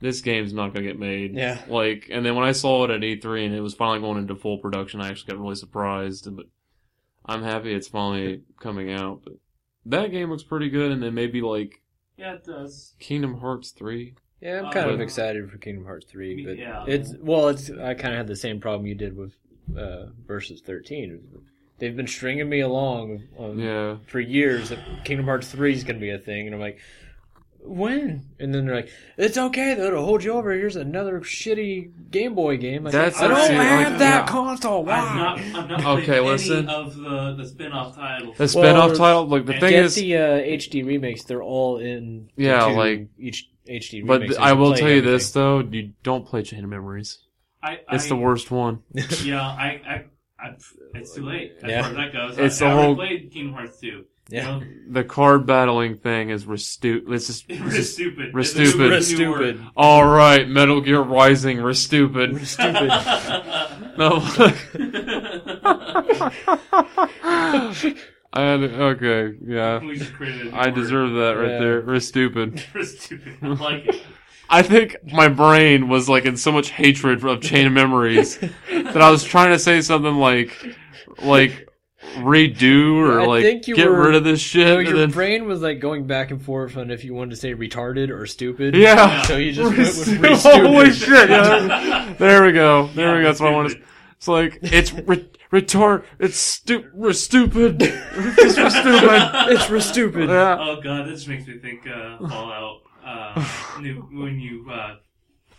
this game's not gonna get made. Yeah. Like, and then when I saw it at E3 and it was finally going into full production, I actually got really surprised. But I'm happy it's finally coming out. But that game looks pretty good, and then maybe like. yeah, it does. Kingdom Hearts 3. yeah. I'm Uh, kind of but- excited for Kingdom Hearts three, Me- but yeah. it's well, it's I kind of had the same problem you did with uh, versus thirteen. They've been stringing me along on, Yeah. for years that Kingdom Hearts three is going to be a thing, and I'm like, when? And then they're like, it's okay though to hold you over. Here's another shitty Game Boy game. Like, That's- I don't that's it, have like, that yeah. console. I've Why? not, I've not Okay, played any listen. of the the spin-off titles. The spin off Well, title, like, the thing Get is, the uh, HD remakes. They're all in. the Yeah, two like- each HD. but remakes, so I you can will play tell you everything. this, though, you don't play Chain of Memories. I, It's I, the worst one. Yeah, I, I, I it's too late as Yeah. far as that goes. It's I, the I already whole- played Kingdom Hearts two. Yeah. You know, The card battling thing is restu- it's just, it it's was just stupid. we're It's a new- stupid. We're it's a new word. stupid. all right, Metal Gear Rising, we're stupid. Stupid. No. I had, okay, yeah. we just created. a new I word. deserve that right Yeah. there. We're stupid. We're stupid. I like it. I think my brain was like in so much hatred of Chain of Memories that I was trying to say something like, like redo or I like think you get were- rid of this shit. so and your then- brain was like going back and forth on if you wanted to say retarded or stupid. yeah. So you just went with Holy re stupid. shit! Yeah. There we go. There Yeah, we go. That's what I want. stupid. It's like it's re- retard. It's stu- we're stupid. it's we're stupid. It's re stupid. Yeah. Oh god, this makes me think uh, Fallout. Uh, new- when you, uh,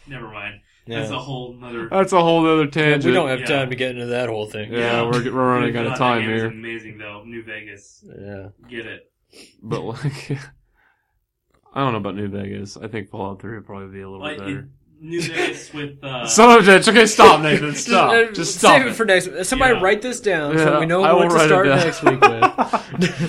never mind. That's Yeah. a whole nother. That's a whole other tangent. We don't have Yeah. time to get into that whole thing. Yeah. we're- we're running Dude, out of God, that time game is here. Amazing though, New Vegas. Yeah. Get it? But like, I don't know about New Vegas. I think Fallout Three would probably be a little Like bit it, better. New Vegas with uh, Son of a bitch. Okay, stop, Nathan. uh, Stop. Just stop. Save it for next. Somebody Yeah. write this down Yeah, so we know I what will to write it start down. next week with.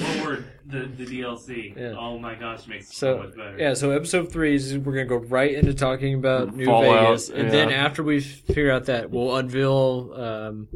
what word? The the DLC. Yeah. Oh my gosh, makes it so, So much better. yeah, so episode three is we're gonna go right into talking about New Fallout, Vegas, and then yeah. after we figure out that we'll unveil, um,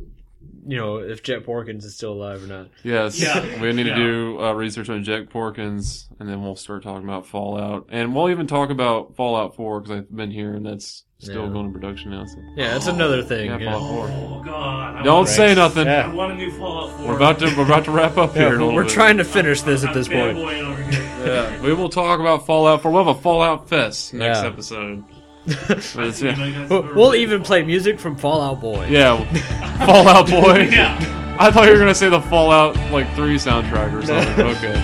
you know, if Jet Porkins is still alive or not. Yes. Yeah. We need Yeah. to do uh, research on Jack Porkins, and then we'll start talking about Fallout, and we'll even talk about Fallout Four because I've been here, and that's still Yeah. going to production now. So. Yeah, that's another thing. Yeah, Yeah, Fallout Four. Oh god. I Don't want- say nothing. Yeah. I want a new Fallout 4. We're about to we're about to wrap up here. in a little we're bit. trying to finish this at this I'm point. fanboying Over here. Yeah, we will talk about Fallout Four. We'll have a Fallout Fest next Yeah. episode. But it's- You know, yeah. you guys We'll, are- we'll even play music from Fallout Boy. yeah, Fallout Boy. Yeah. I thought you were gonna say the Fallout like three soundtrack or something. okay.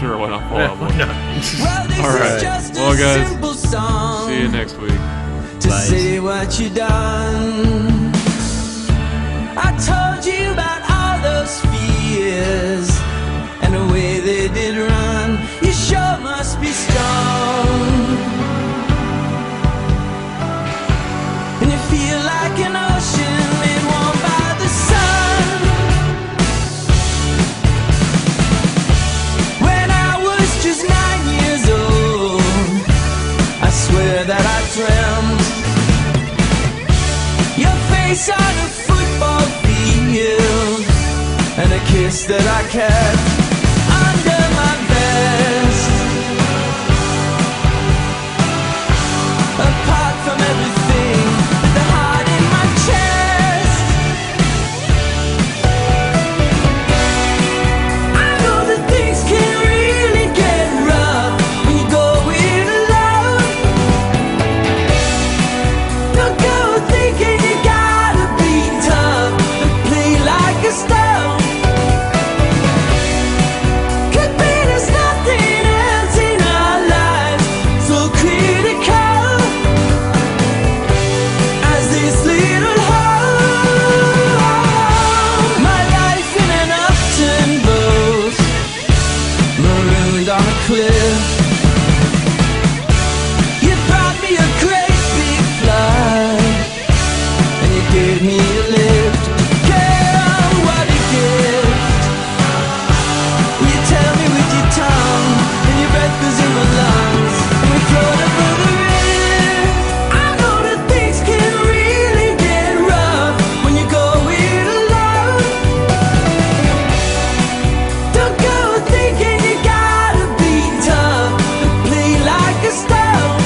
Sure, why not Fallout Boy? Well, this All right. is just Well, a guys, simple song. See you next week. to see what you done. I told you about all those fears and the way they did run. You sure must be strong. And you feel like an ocean made warm by the sun. When I was just nine years old. I swear that I dreamt your face on a football field and a kiss that I kept under my vest. Apart from everything, the heart in my chest. I know that things can really get rough when you go it alone. Don't go cliff. You brought me a great big flight, and you gave me a lift. Girl, what a gift! You tell me with your tongue, and your breath goes in my lungs, and we float over the river. I know that things can really get rough when you go it alone. Don't go thinking you gotta be tough, but play like a stone.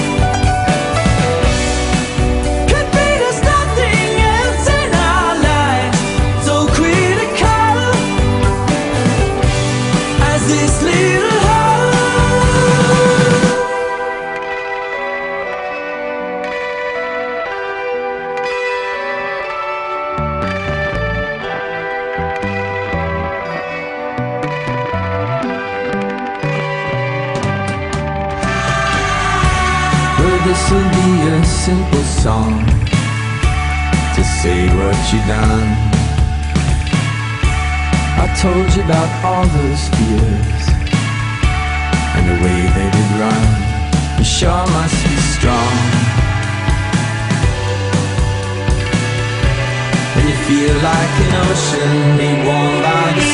Could be there's nothing else in our lives so critical as this little hole. Well, this will be a simple song to say what you done. I told you about all those fears and the way they did run. You sure must be strong. And you feel like an ocean made warm by the